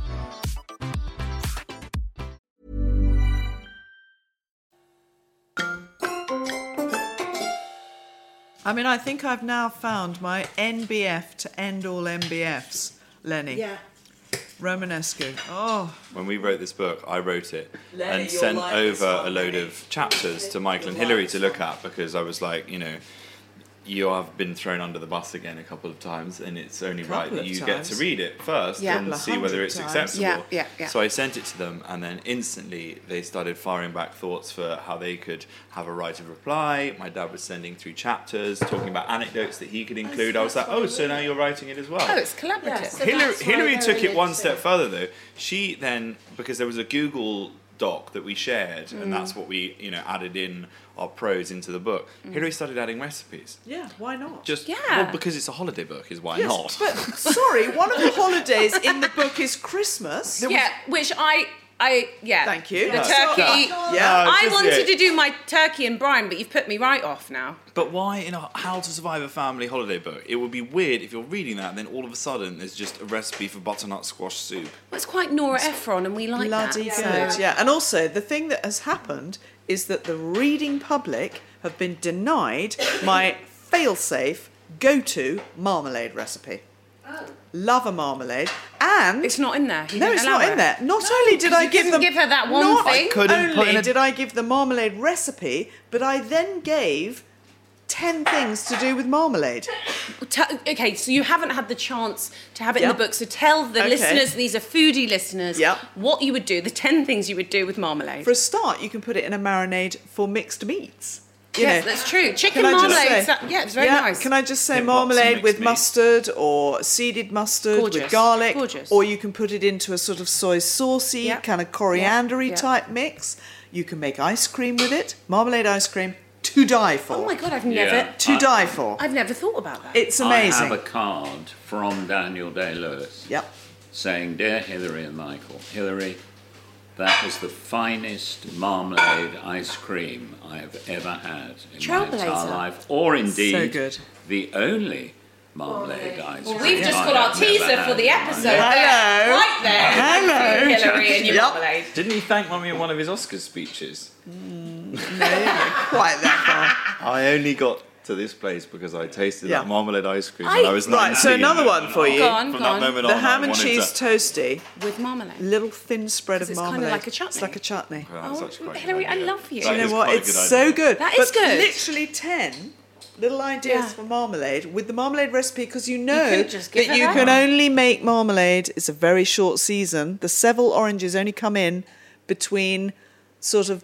E: I mean, I think I've now found my NBF to end all NBFs. Lenny.
C: Yeah.
E: Romanescu. Oh,
D: When we wrote this book, I wrote it
E: Lenny,
D: and
E: your
D: sent
E: life is
D: over a
E: on
D: load
E: me.
D: of chapters to Michael and
E: Your
D: Hillary
E: life
D: to
E: is
D: look at because I was like, you know, you have been thrown under the bus again a couple of times, and it's only right
E: Couple
D: that
E: of
D: you get to
E: times.
D: read it first
G: Yeah.
D: and
E: Couple of
D: see whether
E: hundred
D: it's
E: times.
D: acceptable.
G: Yeah, yeah, yeah.
D: So I sent it to them, and then instantly they started firing back thoughts for how they could have a right of reply. My dad was sending through chapters, talking about anecdotes that he could include. I was like, oh, so now you're writing it as well.
G: Oh, it's collaborative.
B: so
D: Hillary,
B: that's why
D: Hillary
B: they're
D: took
B: in
D: it one
B: too.
D: step further though. She then because there was a Google doc that we shared,
E: Mm.
D: and that's what we you know added in our prose into the book. Hillary started adding recipes.
E: Mm. Yeah, why not?
D: Just
B: Yeah.
D: well, because it's a holiday book is why
E: Yes,
D: not.
E: But sorry, one of the holidays in the book is Christmas.
B: yeah, which I, I, yeah.
E: Thank you.
B: The
E: No.
B: turkey.
E: Yeah.
D: No,
B: I
D: just
B: wanted
D: it.
B: to do my turkey and brine, but you've put me right off now.
D: But why in a How to Survive a Family Holiday book? It would be weird if you're reading that, and then all of a sudden there's just a recipe for butternut squash soup.
G: Well, it's quite Nora Ephron, and we like
E: Bloody
G: that.
E: good. Yeah, and also the thing that has happened is that the reading public have been denied my failsafe go-to marmalade recipe.
B: Oh.
E: Love a marmalade, and
B: It's not in there. You
E: no,
B: didn't
E: it's
B: allow
E: not
B: it.
E: in there. Not only did I
B: you
E: give
B: couldn't
E: them
B: give her that one
E: not
B: thing. I
D: couldn't put
E: only
D: in a-
E: did I give the marmalade recipe, but I then gave ten things to do with marmalade.
B: T- okay, so you haven't had the chance to have it in
E: Yeah.
B: the book, so tell the
E: Okay.
B: listeners, these are foodie listeners,
E: Yeah.
B: what you would do, the 10 things you would do with marmalade.
E: For a start, you can put it in a marinade for mixed meats. You
B: yes,
E: know,
B: that's true. Chicken
E: Can I
B: marmalade,
E: just say,
B: is that- yeah, it's very nice.
E: Can I just say
D: Yeah, lots of
E: marmalade
D: mixed
E: with
D: meat.
E: mustard or seeded mustard
B: Gorgeous.
E: with garlic,
B: Gorgeous.
E: or you can put it into a sort of soy saucy
B: Yeah.
E: kind of coriandery
B: Yeah.
E: type mix. You can make ice cream with it, marmalade ice cream to die for.
B: oh my god, I've
F: Yeah.
B: never,
E: To
F: I-
E: die for.
B: I've never thought about that.
E: it's
F: I
E: amazing.
F: have a card from Daniel Day Lewis
E: yep.
F: saying, Dear Hilary and Michael, Hilary, that was the finest marmalade ice cream I have ever had in my entire
G: Trailblazer.
F: life, or indeed
E: So good.
F: the only marmalade ice cream.
B: We've just
F: I
B: got our
F: have never
B: teaser
F: had
B: for the
F: in my
B: episode.
F: life.
B: there,
E: Hello.
B: Right there.
E: Hello.
B: Hillary and your
E: Yep.
B: marmalade.
D: Didn't he thank mummy in one of his Oscar speeches?
E: Quite that far.
D: I only got to this place because I tasted
E: Yeah.
D: that marmalade ice cream
B: I-
D: when I was 19.
E: right, so another one for you.
B: Go on,
D: From
B: go
D: that
B: on.
D: moment
E: The
D: on,
E: ham
D: I
E: and
D: Oh wanted
E: cheese
D: to,
E: toasty,
B: With marmalade.
E: little thin spread
B: 'Cause
E: of
B: it's kinda
E: marmalade.
B: like a
E: It's like
B: chutney.
E: a chutney.
D: Wow, that's actually quite a good
B: Hilary, I
D: idea.
B: love you.
D: That
B: Do
E: you
D: is
E: know what?
D: quite a
E: It's
D: good
E: so
D: idea.
E: good.
B: That is
E: But
B: good.
E: Literally ten little ideas
B: Yeah.
E: for marmalade with the marmalade recipe because you know
B: couldn't just give
E: that
B: it
E: you
B: up.
E: can only make marmalade. It's a very short season. The Seville oranges only come in between sort of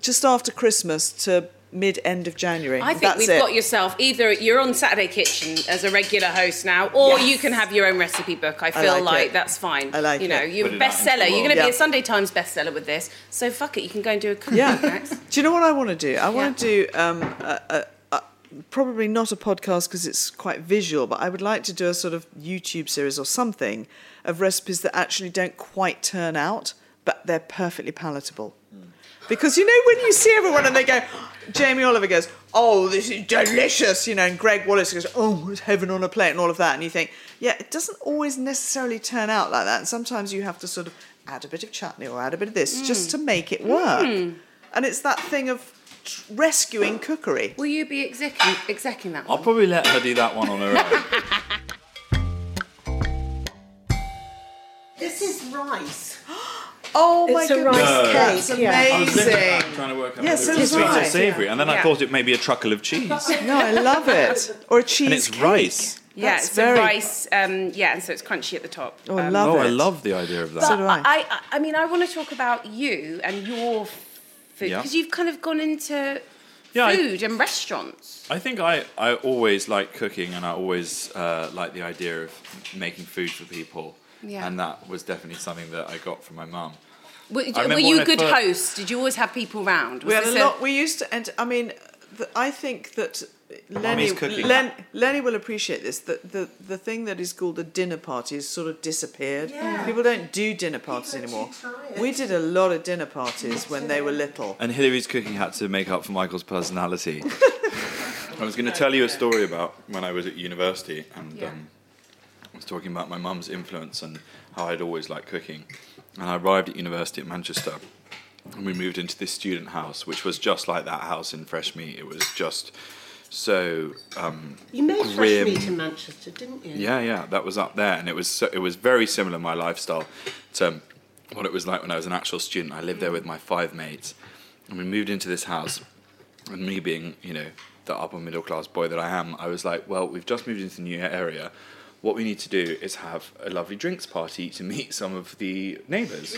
E: just after Christmas to mid end of January.
B: I think
E: That's
B: we've
E: it.
B: got yourself either you're on Saturday Kitchen as a regular host now, or
E: Yes.
B: you can have your own recipe book. I feel
E: like
B: like,
E: it.
B: that's fine.
E: I like
B: you know,
E: it.
B: you're a
D: Put it out into the
B: bestseller. You're going to be
E: world.
B: a Sunday Times bestseller with this. So fuck it, you can go and do a cookbook
E: Yeah.
B: next.
E: do you know what I want to do? I want
B: Yeah.
E: to do um, a, a, a, probably not a podcast because it's quite visual, but I would like to do a sort of YouTube series or something of recipes that actually don't quite turn out, but they're perfectly palatable. Because you know when you see everyone and they go, Jamie Oliver goes, "Oh, this is delicious," you know, and Greg Wallace goes, "Oh, it's heaven on a plate," and all of that, and you think, yeah, it doesn't always necessarily turn out like that. And sometimes you have to sort of add a bit of chutney or add a bit of this just to make it work. And it's that thing of tr- rescuing cookery.
B: Will you be execing, execing that
D: I'll
B: one?
D: probably let her do that one on her own.
C: This is rice.
E: Oh my
C: It's a rice
E: goodness,
C: No.
E: that's
C: cake, yeah.
D: I was looking at that,
E: amazing.
D: trying to work out
E: Yes,
D: whether it was
E: so
D: sweet
E: was
D: or
E: I.
D: savoury, and then I
B: Yeah.
D: thought it may be a truckle of cheese, and
E: No, I love it. Or a cheese.
D: it's rice.
B: yeah,
E: That's
B: it's
E: very-
B: a rice. Um, yeah, and so it's crunchy at the top.
E: Oh, I
B: Um,
E: love
D: Oh,
E: it.
D: I love the idea of that.
E: So do I.
B: I, I, I mean, I want to talk about you and your food
D: Yeah.
B: because you've kind of gone into
D: Yeah, I-
B: food and restaurants.
D: I think I, I always like cooking and I always uh, like the idea of making food for people.
B: Yeah.
D: And that was definitely something that I got from my mum.
B: Were, were
D: remember
B: you
D: when
B: a
D: I
B: good
D: first-
B: host? Did you always have people round?
E: We
B: Was
E: had a
B: this a-
E: lot. We used to, and I mean, the, I think that Lenny,
D: Mummy's cooking.
E: Len, Lenny will appreciate this. That the the thing that is called a dinner party has sort of disappeared. People don't do dinner parties anymore. We did a lot of dinner parties when they were little.
D: And Hillary's cooking had to make up for Michael's personality. I was going to tell you a story about when I was at university and um, I was talking about my mum's influence and how I'd always liked cooking. And I arrived at university at Manchester and we moved into this student house, which was just like that house in Fresh Meat. It was just so
C: You made
D: Grim.
C: fresh meat in Manchester, didn't you?
D: Yeah, yeah, that was up there, and it was so, it was very similar my lifestyle to what it was like when I was an actual student. I lived there with my five mates, and we moved into this house, and me being you know the upper middle class boy that I am, I was like, well, we've just moved into the new area. What we need to do is have a lovely drinks party to meet some of the neighbours.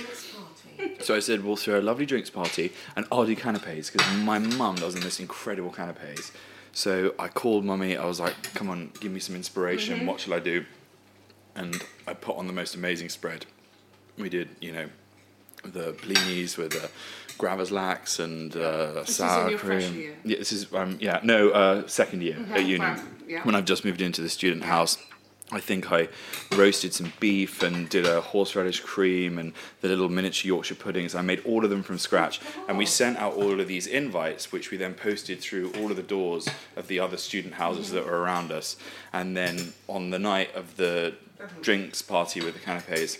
D: So I said, we'll throw a lovely drinks party and I'll do canapes because my mum does this incredible canapes. So I called mummy, I was like, come on, give me some inspiration,
H: Mm-hmm.
D: what shall I do? And I put on the most amazing spread. We did, you know, the blinis with the Graverslax and uh, sour
H: your
D: cream.
H: fresh year? Mm-hmm.
D: Yeah, this is um, yeah no uh, second year at uni
H: wow, yeah.
D: when I've just moved into the student house. I think I roasted some beef and did a horseradish cream and the little miniature Yorkshire puddings. I made all of them from scratch, and we sent out all of these invites, which we then posted through all of the doors of the other student houses that were around us. And then on the night of the drinks party with the canapes,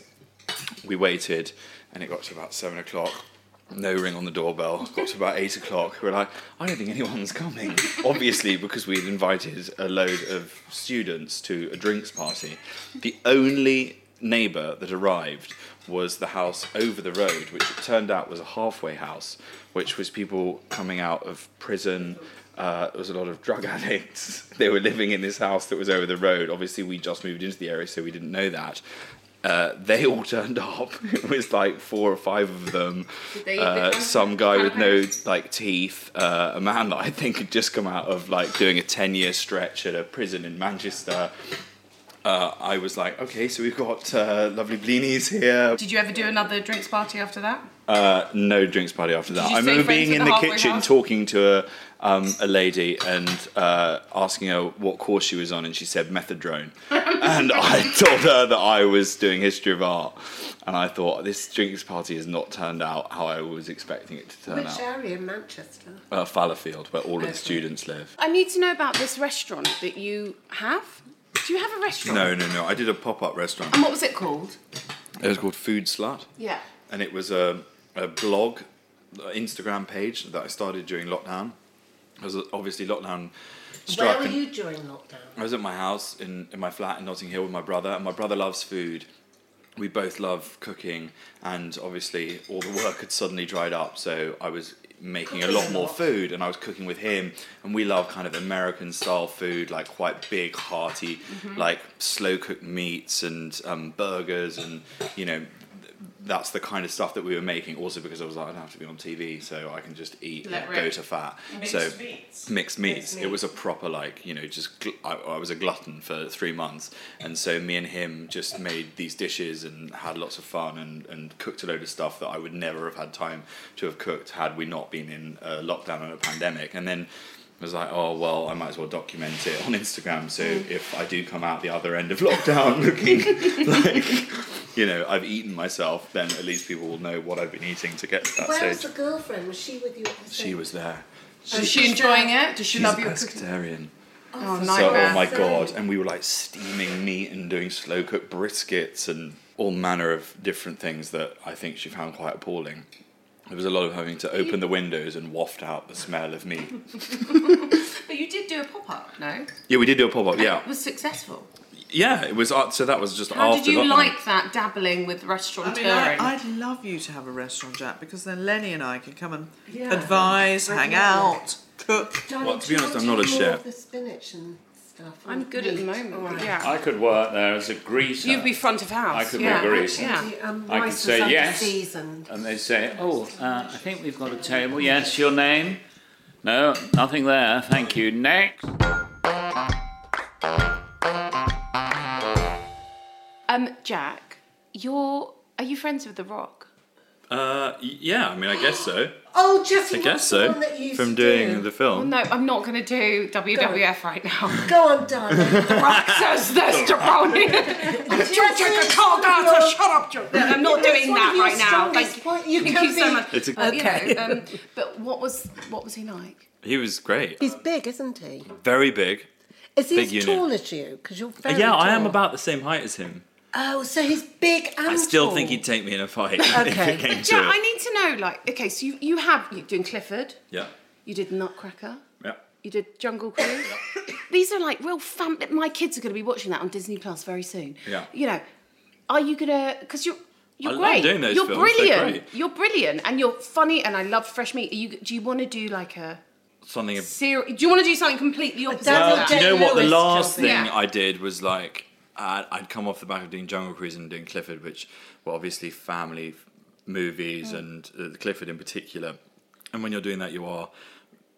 D: we waited and it got to about seven o'clock. No ring on the doorbell. Got to about eight o'clock. We were like, I don't think anyone's coming. Obviously, because we'd invited a load of students to a drinks party. The only neighbour that arrived was the house over the road, which it turned out was a halfway house, which was people coming out of prison. Uh, there was a lot of drug addicts. They were living in this house that was over the road. Obviously, we just moved into the area, so we didn't know that. Uh, they all turned up. It was like four or five of them.
H: they eat the
D: Uh,
H: canapes?
D: some guy with no like teeth. Uh, a man that I think had just come out of like doing a ten-year stretch at a prison in Manchester. Uh, I was like, okay, so we've got uh, lovely blinis here.
H: Did you ever do another drinks party after that?
D: Uh, no drinks party after that.
H: you
D: I
H: stay
D: remember
H: friends
D: being
H: at
D: in
H: the
D: the
H: halfway
D: kitchen
H: house?
D: talking to a, um, a lady and uh, asking her what course she was on, and she said methadone. and I told her that I was doing history of art, and I thought this drinks party has not turned out how I was expecting it to turn
C: Which uh,
D: out.
C: area in Manchester?
D: Uh, Fallowfield, where all of the students live.
B: I need to know about this restaurant that you have. Do you have a restaurant?
D: No, no, no. I did a pop-up restaurant.
H: And what was it called?
D: It was called Food Slut.
H: Yeah.
D: and it was a, a blog, uh, Instagram page that I started during lockdown. I was uh, obviously lockdown struck.
C: Where were
D: and
C: you during lockdown?
D: I was at my house in, in my flat in Notting Hill with my brother, and my brother loves food. We both love cooking, and obviously all the work had suddenly dried up, so I was making a lot more food, and I was cooking with him. And we love kind of American style food, like quite big, hearty, like slow cooked meats and um, burgers, and you know that's the kind of stuff that we were making. Also because I was like, I don't have to be on TV, so I can just eat
H: Let
D: and
H: rip.
D: go to fat. so mixed meats. It was a proper like you know just gl- I, I was a glutton for three months, and so me and him just made these dishes and had lots of fun and and cooked a load of stuff that I would never have had time to have cooked had we not been in a lockdown and a pandemic, and then. I was like, oh well, I might as well document it on Instagram. So
C: Mm.
D: if I do come out the other end of lockdown looking like, you know, I've eaten myself, then at least people will know what I've been eating to get to that
C: Where was the
D: stage.
C: girlfriend? Was she with you? At the
D: She was there.
H: Is she enjoying it? Does she
D: She's a
H: love your cooking?
D: pescatarian.
H: Oh,
D: So,
H: nightmare.
D: oh my god! And we were like steaming meat and doing slow cooked briskets and all manner of different things that I think she found quite appalling. There was a lot of having to open the windows and waft out the smell of meat.
H: But you did do a pop up, no?
D: Yeah, we did do a pop up. Yeah,
H: It was successful.
D: yeah, it was. Uh, so that was just
H: How
D: after.
H: did you
D: lockdown.
H: like that dabbling with
E: I
H: restauranteuring?
E: mean, I, I'd love you to have a restaurant, Jack, because then Lenny and I can come and advise, hang out, cook.
C: Darling,
D: Well, to
C: do
D: be
C: you
D: honest,
C: want
D: I'm
C: to
D: not a
C: do more
D: chef.
C: of The spinach and stuff.
B: I'm
C: and
B: good at the
C: meat?
B: moment.
C: All right.
B: Yeah.
F: I could work there as a greaser.
B: You'd be front of house.
F: I could
B: yeah.
F: be a greaser.
B: Yeah.
C: Do you- Um,
F: I
C: rice
F: could
C: is
F: say
C: under
F: yes.
C: Seasoned.
F: And they say, oh, uh, I think we've got a table. Yes, your name? No, nothing there. Thank you. Next.
B: Um, Jack, you're. Are you friends with The Rock?
D: Uh, y- yeah, I mean, I guess so.
C: Oh, Jesse,
D: I
C: what's
D: guess
C: the
D: so.
C: one that you used
D: From
C: to
D: doing
C: do?
D: the film.
B: No, I'm not going to do WWF right now.
C: Go on, darling.
B: the Rock says this to Ronnie. Jack, I can't dance. Shut up, Jack. No, I'm not
C: That's
B: doing
C: one of
B: that
C: your
B: right now.
C: strongest
B: Thank you.
C: point. You
B: Thank
C: can
B: you so
C: be-
B: much.
D: It's a-
B: But, you
C: Okay.
B: know, um, but what was what was he like?
D: He was great.
C: He's big, isn't he?
D: Very big.
C: Is he
D: Big
C: as
D: unit.
C: tall as you? Because you're very
D: yeah, I am
C: tall.
D: about the same height as him.
C: Oh, so he's big and
D: I still
C: tall.
D: think he'd take me in a fight if
C: Okay.
D: it came to
B: Yeah,
D: it.
B: I need to know. Like, okay, so you, you have you're doing Clifford,
D: yeah,
B: you did Nutcracker,
D: yeah.
B: you did Jungle Cruise. These are like real fam. My kids are going to be watching that on Disney Plus very soon.
D: Yeah.
B: You know, are you gonna? Because you're. You're
D: I love
B: great.
D: doing those
B: you're
D: films, they're
B: brilliant.
D: great.
B: You're brilliant, and you're funny, and I love fresh meat. Are you, do you want to do like a
D: something. ab-
H: Ser- do you want to do something completely opposite?
C: Daniel
H: to that?
D: Uh, do you know what? The
C: Lewis
D: last
C: job,
D: thing
H: yeah.
D: I did was like I'd, I'd come off the back of doing Jungle Cruise and doing Clifford, which were obviously family f- movies
H: Mm.
D: and uh, Clifford in particular. And when you're doing that, you are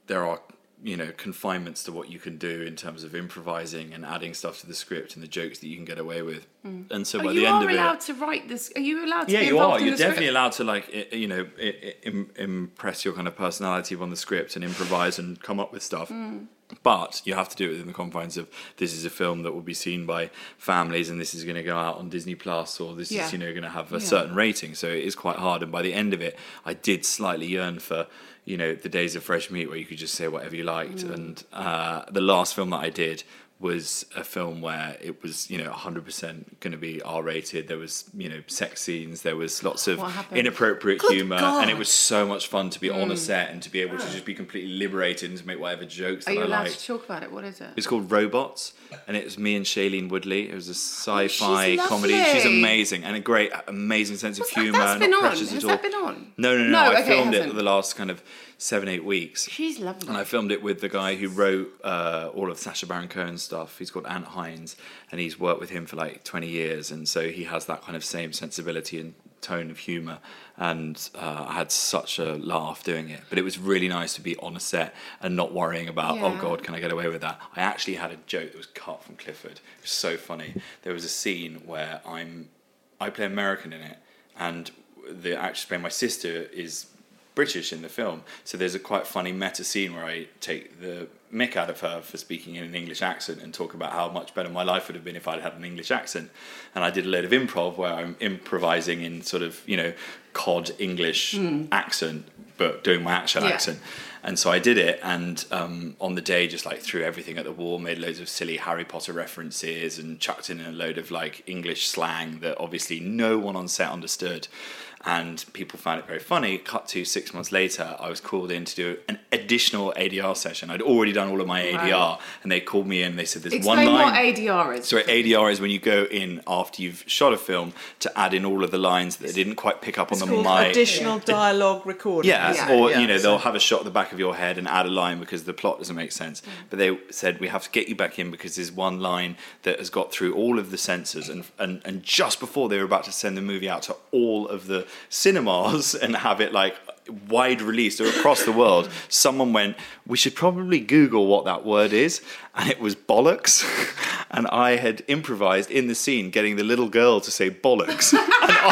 D: there are you know confinements to what you can do in terms of improvising and adding stuff to the script and the jokes that you can get away with. And so by
H: But
D: the
H: you
D: end
H: Mm. are
D: of it,
H: allowed to write this. Are you allowed to
D: yeah,
H: be
D: you are.
H: involved in
D: You're
H: the script?
D: definitely allowed to like, i- you know, i- i- im- impress your kind of personality on the script and improvise and come up with stuff.
H: Mm.
D: But you have to do it within the confines of this is a film that will be seen by families, and this is going to go out on Disney Plus, or this
H: Yeah.
D: is you know going to have a certain rating. So it is quite hard. And by the end of it, I did slightly yearn for you know the days of fresh meat where you could just say whatever you liked.
H: Mm.
D: And uh, the last film that I did was a film where it was you know 100% going to be r-rated there was you know sex scenes there was lots of
H: What happened? Mm.
D: inappropriate humor and it was so much fun to be on a set and to be able to just be completely liberated and to make whatever jokes
H: Are
D: that
H: you
D: i
H: allowed
D: liked
H: to talk about it? What is it?
D: it's called Robots, and it was me and Shailene Woodley. It was a sci-fi
H: she's
D: comedy. She's
H: lovely.
D: amazing and a great, amazing sense of
H: Was that-
D: humour.
H: that's
D: not
H: been on?
D: precious
H: Has
D: at all.
H: that been on?
D: No, no, no.
H: No,
D: I
H: okay, it
D: filmed it
H: hasn't.
D: the last kind of seven, eight weeks.
H: She's lovely.
D: And I filmed it with the guy who wrote uh, all of Sacha Baron Cohen's stuff. He's called Ant Hines, and he's worked with him for like 20 years. And so he has that kind of same sensibility and tone of humour. And uh, I had such a laugh doing it. But it was really nice to be on a set and not worrying about, oh
H: Yeah.
D: God, can I get away with that? I actually had a joke that was cut from Clifford. It was so funny. There was a scene where I'm, I play American in it, and the actress playing my sister is British in the film. So there's a quite funny meta scene where I take the mick out of her for speaking in an English accent and talk about how much better my life would have been if I'd had an English accent. And I did a load of improv where I'm improvising in sort of, you know, cod English accent, but doing my actual
H: Yeah.
D: accent. And so I did it, and um, on the day, just like threw everything at the wall, made loads of silly Harry Potter references, and chucked in a load of like English slang that obviously no one on set understood. And people found it very funny. Cut to six months later, I was called in to do an additional ADR session. I'd already done all of my ADR, and they called me in. and They said, "There's
H: Explain
D: one line."
H: what ADR is.
D: So ADR is when you go in after you've shot a film to add in all of the lines that they didn't quite pick up on the
E: called
D: mic.
E: additional dialogue recording.
D: Yeah,
E: isn't it?
D: or
E: Yeah,
D: you know
E: so-
D: they'll have a shot at the back of your head and add a line because the plot doesn't make sense. But they said we have to get you back in because there's one line that has got through all of the censors and and and just before they were about to send the movie out to all of the cinemas and have it like wide released or across the world, someone went, we should probably Google what that word is, and it was bollocks. And I had improvised in the scene getting the little girl to say bollocks. and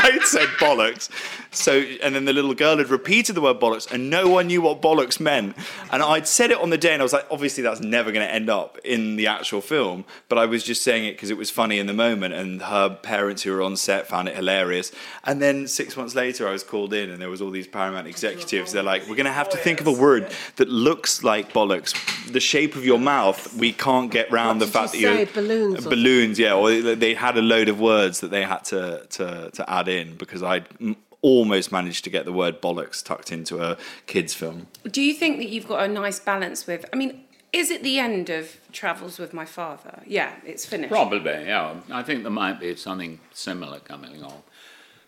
D: I'd said bollocks. So and then the little girl had repeated the word bollocks and no one knew what bollocks meant. And I'd said it on the day and I was like, obviously that's never gonna end up in the actual film, but I was just saying it because it was funny in the moment and her parents who were on set found it hilarious. And then six months later I was called in and there was all these Paramount executives. They're like, We're gonna have to think of a word that looks like bollocks. The shape of your mouth, we can't get round the
C: did
D: fact
C: you
D: that you're
C: say? Balloons or something?
D: balloons, yeah. Or they they had a load of words that they had to to, to add in because I almost managed to get the word bollocks tucked into a kids film.
B: Do you think that you've got a nice balance with? I mean, is it the end of Travels with My Father? Yeah, it's finished.
F: Probably, yeah. I think there might be something similar coming on.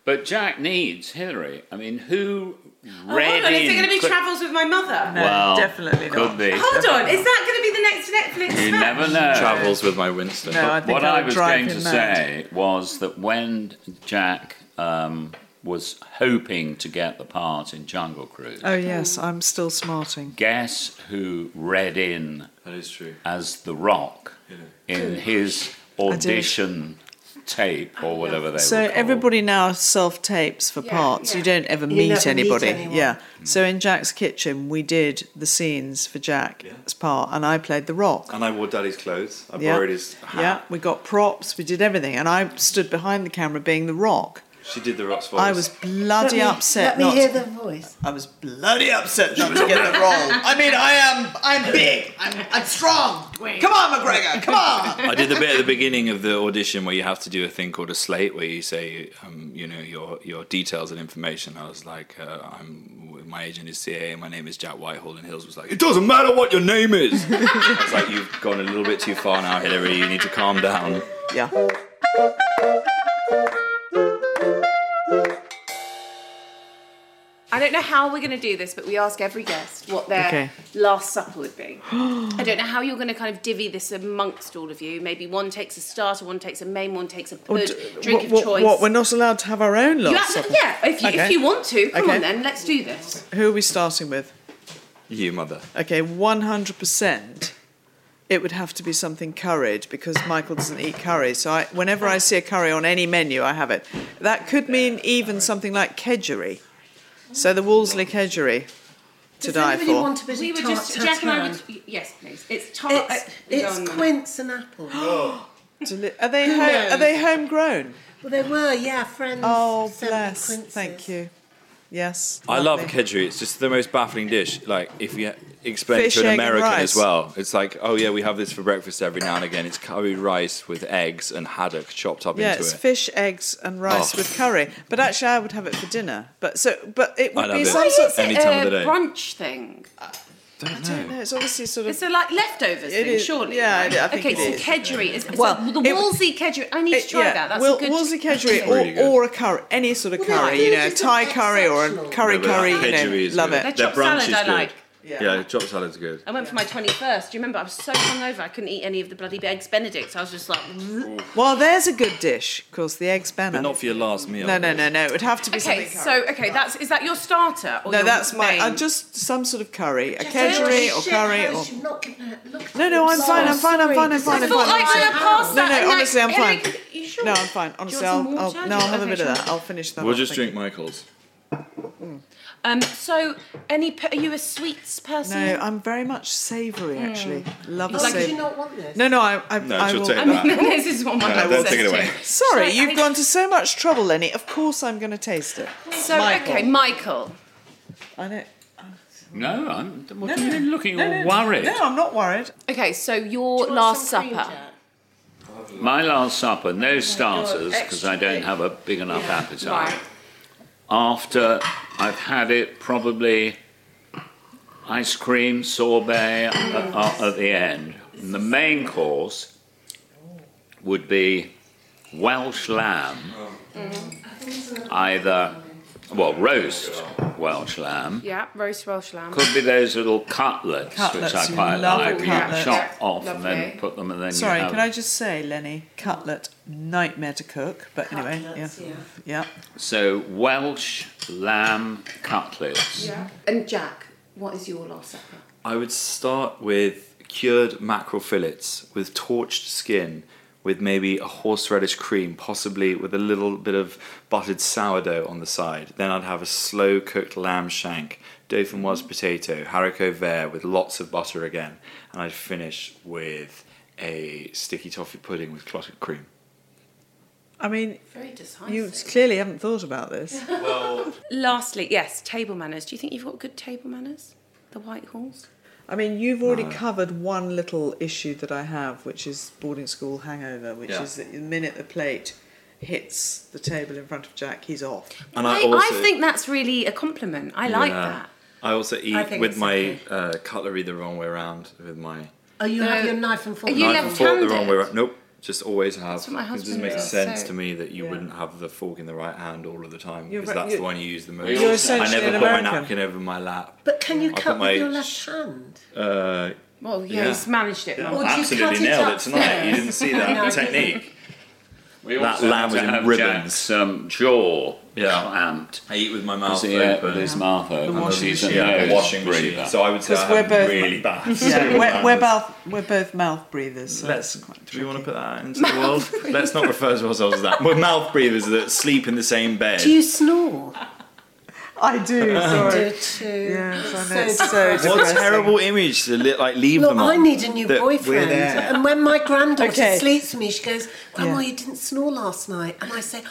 F: But Jack needs Hillary. I mean, who
E: Oh,
F: read
B: Hold on, is it
F: in
B: going to be
F: Cl-
B: Travels with My Mother?
F: Well,
E: Definitely
F: could
E: not.
F: be.
B: Hold on, is that going to be the next Netflix?
F: You
B: film?
F: never know.
D: Travels with my Winston.
E: No, I think
F: what
E: that
F: I
E: would
F: was
E: drive
F: going
E: him
F: to
E: mad.
F: say was that when Jack um, was hoping to get the part in Jungle Cruise,
E: Oh yes, I'm still smarting.
F: guess who read in
D: that is true.
F: as The Rock in his audition tape or whatever they
E: So
F: were called?
E: everybody now self tapes for parts. You don't ever meet
C: never meet
E: anybody.
C: anyone.
E: yeah.
D: Mm.
E: So in Jack's kitchen, we did the scenes for Jack's part, and I played the rock.
D: And I wore Daddy's clothes. I
E: Yeah.
D: borrowed his
E: Yeah.
D: hat.
E: We got props. We did everything, and I stood behind the camera being the rock.
D: She did the Rock's voice.
E: I was bloody
C: Let
E: upset.
C: me
E: not
C: hear
E: to-
C: the voice.
E: I was bloody upset not to get the role. I mean, I am. I'm big. I'm. I'm strong. Come on, McGregor. Come on.
D: I did the bit at the beginning of the audition where you have to do a thing called a slate, where you say, um, you know, your your details and information. I was like, uh, I'm my agent is CA, and my name is Jack Whitehall, and Hills was like, it doesn't matter what your name is. I was like, you've gone a little bit too far now, Hillary. You need to calm down.
E: Yeah.
B: I don't know how we're going to do this, but we ask every guest what their
E: Okay.
B: last supper would be. I don't know how you're going to kind of divvy this amongst all of you. Maybe one takes a starter, one takes a main, one takes a
E: Or
B: pud,
E: Oh, d-
B: drink
E: what,
B: of
E: what-
B: choice.
E: what, we're not allowed to have our own
B: You
E: last
B: have to-
E: supper?
B: yeah, if you, if
E: Okay.
B: you want to, come
E: Okay.
B: on then, let's do this.
E: Who are we starting with?
D: You mother.
E: Okay, 100%. It would have to be something curried because Michael doesn't eat curry. So I, whenever I see a curry on any menu, I have it. That could mean even something like kedgeree. So the Wolseley kedgeree to
C: Does
E: die
C: anybody
E: for.
C: want a bit
B: We
C: of
B: were
C: tart
B: just Oh, Jack and I
C: tatin?
B: were t- yes, please. It's tart. uh,
C: It's, it's quince and apple. well,
E: Deli- are they ho- are they homegrown?
C: they were, yeah, friends.
E: Oh
C: sent me
E: bless!
C: quinces.
E: Thank you. Yes.
D: I love
E: lovely.
D: kedgeree. It's just the most baffling dish. Like if you explain
E: Fish,
D: it to
E: egg,
D: an
E: and
D: American
E: rice.
D: as well, it's like, oh yeah, we have this for breakfast every now and again. It's curried rice with eggs and haddock chopped up
E: Yeah,
D: into
E: it's
D: it.
E: fish, eggs, and rice
D: Oh.
E: with curry. But actually, I would have it for dinner. But so, but it would
D: I'd
E: be
D: have it.
E: some
D: Why
E: sort.
D: Any time of the
B: a
D: day.
B: brunch thing.
D: don't know.
E: I don't know. It's obviously sort
B: It's
E: of.
B: a like leftovers
E: It
B: thing,
E: is-
B: surely.
E: yeah,
B: right?
E: I- I think
B: okay,
E: it
B: so
E: is.
B: kedgeree is it's
E: Well,
B: well, the
E: it-
B: Wolsey kedgeree. I need to
E: it-
B: try
E: yeah,
B: that. That's
E: Wol-
B: a good
E: Wolsey curry or,
D: Really good.
E: or a curry, any sort of
C: their
E: curry, you know,
C: food
E: Thai
C: is
E: curry or a
C: exceptional.
E: curry
D: No, but
E: curry,
D: that kedgeree
E: you
D: is
E: know, love
D: good.
E: it.
B: Their
D: Their
B: chopped
D: brunch
B: salad
D: is
B: I
D: good.
B: like.
D: Yeah. chopped salad's good.
B: I went for my 21st. Do you remember? I was so hungover. I couldn't eat any of the bloody eggs Benedict. I was just like,
E: Well, there's a good dish, of course, the eggs banner.
D: But not for your last meal.
E: no, no, no, no. It would have to be
B: okay,
E: something
B: so okay, that's is that your starter? Or
E: No,
B: your
E: that's my.
B: main?
E: Uh, just some sort of curry, a
C: Sarah,
E: kedgeree or
C: shit,
E: curry
C: how
E: or.
C: is she not gonna look
E: No,
C: at
E: no,
C: the
E: I'm fine. I'm
C: glass?
E: fine. I'm fine.
C: Sorry.
E: I'm fine.
B: I
E: I'm
B: thought
E: fine.
B: I could have passed that.
E: No, no,
B: and, like,
E: honestly, I'm
B: Eric,
E: fine.
B: you sure?
E: No, I'm fine.
B: Do you
E: Honestly,
B: want some
E: I'll, I'll,
B: water?
E: no, I'll have a
B: Okay,
E: bit of
B: sure.
E: that. I'll finish that.
D: We'll
E: off,
D: just drink
E: thank you.
D: Michael's.
B: Um, so, any pe- are you a sweets person?
E: No, I'm very much
B: Hmm.
E: savoury actually. Love a
C: Oh, do
E: savoury.
C: you not want this?
E: No, no, I, I,
D: No,
E: I
D: she'll
E: will.
D: take
B: I mean,
D: that.
B: this is what my
D: No,
B: mum
D: don't
B: says
D: take it
B: too.
D: away.
E: Sorry,
B: So,
E: you've
B: I-
E: gone to so much trouble, Lenny. Of course, I'm going to taste it.
B: So,
E: Michael.
B: okay, Michael.
E: I know.
F: No, I'm. What are you looking all worried?
E: No, I'm not worried.
B: Okay, so your Last Supper.
F: My last supper, no starters, because I don't have a big enough appetite.
B: Right.
F: After I've had it, probably ice cream sorbet at, at- at the end. And the main course would be Welsh lamb, either well roast Welsh lamb.
B: Yeah, roast Welsh lamb.
F: Could be those little cutlets,
E: Cutlets,
F: which I
E: you
F: quite
E: love
F: like.
E: cutlets.
F: You chop off
B: Lovely.
F: and then put them, and then
E: Sorry,
F: you have
E: can I just say, Lenny, cutlet nightmare to cook, but anyway, yeah, yeah.
F: So Welsh lamb cutlets.
B: Yeah. And Jack, what is your Last Supper?
D: I would start with cured mackerel fillets with torched skin, with maybe a horseradish cream, possibly with a little bit of buttered sourdough on the side. Then I'd have a slow cooked lamb shank, dauphinoise potato, haricot vert with lots of butter again, and I'd finish with a sticky toffee pudding with clotted cream.
E: I mean,
B: Very decisive.
E: you clearly haven't thought about this.
B: Lastly, yes, table manners. Do you think you've got good table manners? The White Horse?
E: I mean, you've already covered one little issue that I have, which is boarding school hangover, which
D: Yeah.
E: is that the minute the plate hits the table in front of Jack, he's off.
D: And
B: I, I think that's really a compliment. I like
D: Yeah.
B: that.
D: I also eat
C: think
D: with
C: it's
D: my
C: okay.
D: uh, cutlery the wrong way around. With my
C: Oh, you
B: No.
C: have your knife and fork.
B: Are you
D: knife and fork the
B: left-handed?
D: wrong way around. Nope, just always have.
B: what my
D: it doesn't
B: husband
D: make
B: does,
D: sense
B: so-
D: to me that you
E: Yeah.
D: wouldn't have the fork in the right hand all of the time
E: You're
D: because
E: right,
D: that's
E: you-
D: the one you use the most.
F: You're
D: I
E: essentially
D: never
E: an
D: put
E: American.
D: my napkin over my lap.
C: But can you
D: I put
C: cut
D: my
C: with your
D: sh-
C: left hand?
D: Uh,
B: Well, yeah,
D: Yeah.
B: he's managed it. Um, Mum.
C: Or do you
D: absolutely
C: cut it
D: nailed
C: up
D: it tonight. You
C: first?
D: didn't see that
C: No.
D: technique.
F: We
D: That
F: also
D: lamb
F: have
D: was
F: to
D: in
F: have
D: ribbons.
F: Jack's, um, jaw
D: Yeah.
F: clamped.
D: I eat with my
F: Because
D: mouth
F: he ate uh, with
D: open.
F: his mouth open.
E: The washing
F: He's a
E: machine.
D: yeah,
F: nose
D: washing
F: breather.
D: machine. So I would say
E: Because
D: I'm
E: we're both-
D: really bad.
E: Yeah,
D: So
E: we're,
D: bad.
E: we're, mouth, we're both mouth breathers. so
D: Let's.
E: it's quite
D: Do we want to
E: tricky.
D: put that out into the world? Let's not refer to ourselves as that. We're mouth breathers that sleep in the same bed.
C: Do you snore?
E: I do,
C: Do
E: sorry.
C: too.
E: Yes, I
C: So
E: know. It's so
D: What a
E: depressing.
D: terrible image to li- like leave
C: Look,
D: them on.
C: I need a new
D: that we're
C: boyfriend.
D: there.
C: And when my granddaughter
E: Okay.
C: sleeps with me, she goes, Grandma,
E: Yeah.
C: you didn't snore last night. And I say,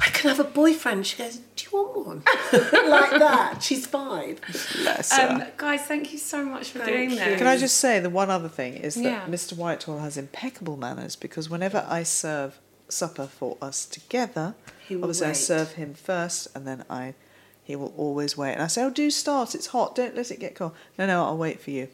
C: I can have a boyfriend. She goes, Do you want one? like that. She's five.
E: Bless her.
B: Um, guys, thank you so much for doing
C: you.
B: this.
E: Can I just say the one other thing is that
B: Yeah.
E: Mr. Whitehall has impeccable manners because whenever I serve supper for us together,
C: He will
E: obviously I
C: wait.
E: serve him first and then I he will always wait. And I say, Oh do start, it's hot, don't let it get cold. No, no, I'll wait for you.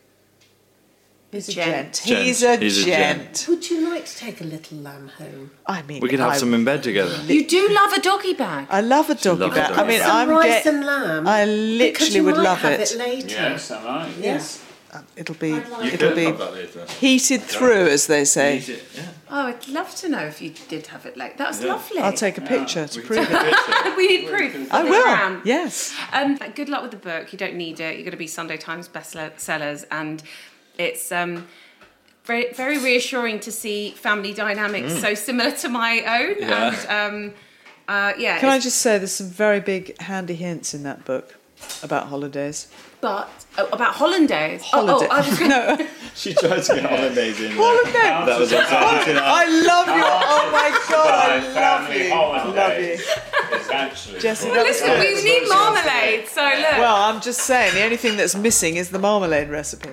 E: He's a
C: gent.
E: gent. He's a
D: He's a
E: gent.
C: Would you like to take a little lamb home?
E: I mean,
D: We could have
E: I,
D: some in bed together.
B: You do love a doggy bag.
E: I love a doggy
D: loves
E: bag.
D: a
E: I
D: doggy
E: mean,
D: bag.
C: Some
E: I'm
C: rice
E: get-
C: and lamb.
E: I
C: Because you
E: literally would
C: might
E: love
C: have
E: it.
C: later.
F: Yes, I like.
E: Yes. Uh, It'll be.
D: You
E: it'll
D: could
E: be
D: have that later.
E: heated through, as they say.
D: Eat it, yeah.
B: Oh, I'd love to know if you did have it like that. Was lovely.
E: I'll take a picture to prove it.
B: we need proof.
E: I
B: for the
E: will.
B: gram.
E: Yes.
B: Um, good luck with the book. You don't need it. You're going to be Sunday Times bestsellers, and it's um, very, very reassuring to see family dynamics so similar to my own.
D: Yeah.
B: And um, uh, yeah,
E: Can I
B: it's-
E: just say there's some very big handy hints in that book about holidays.
B: but oh, about hollandaise. Oh,
E: Holiday.
B: Oh, I was gonna,
E: no.
D: She tried to get holidays in.
E: Holidays.
D: That was
E: I love you. Oh my god,
F: My
E: I love
F: family
E: you.
F: holiday.
E: Love you.
F: It's actually.
E: Jesse,
F: called-
E: that was
B: listen, we
E: good.
B: need marmalade. So look.
E: Well, I'm just saying, the only thing that's missing is the marmalade recipe.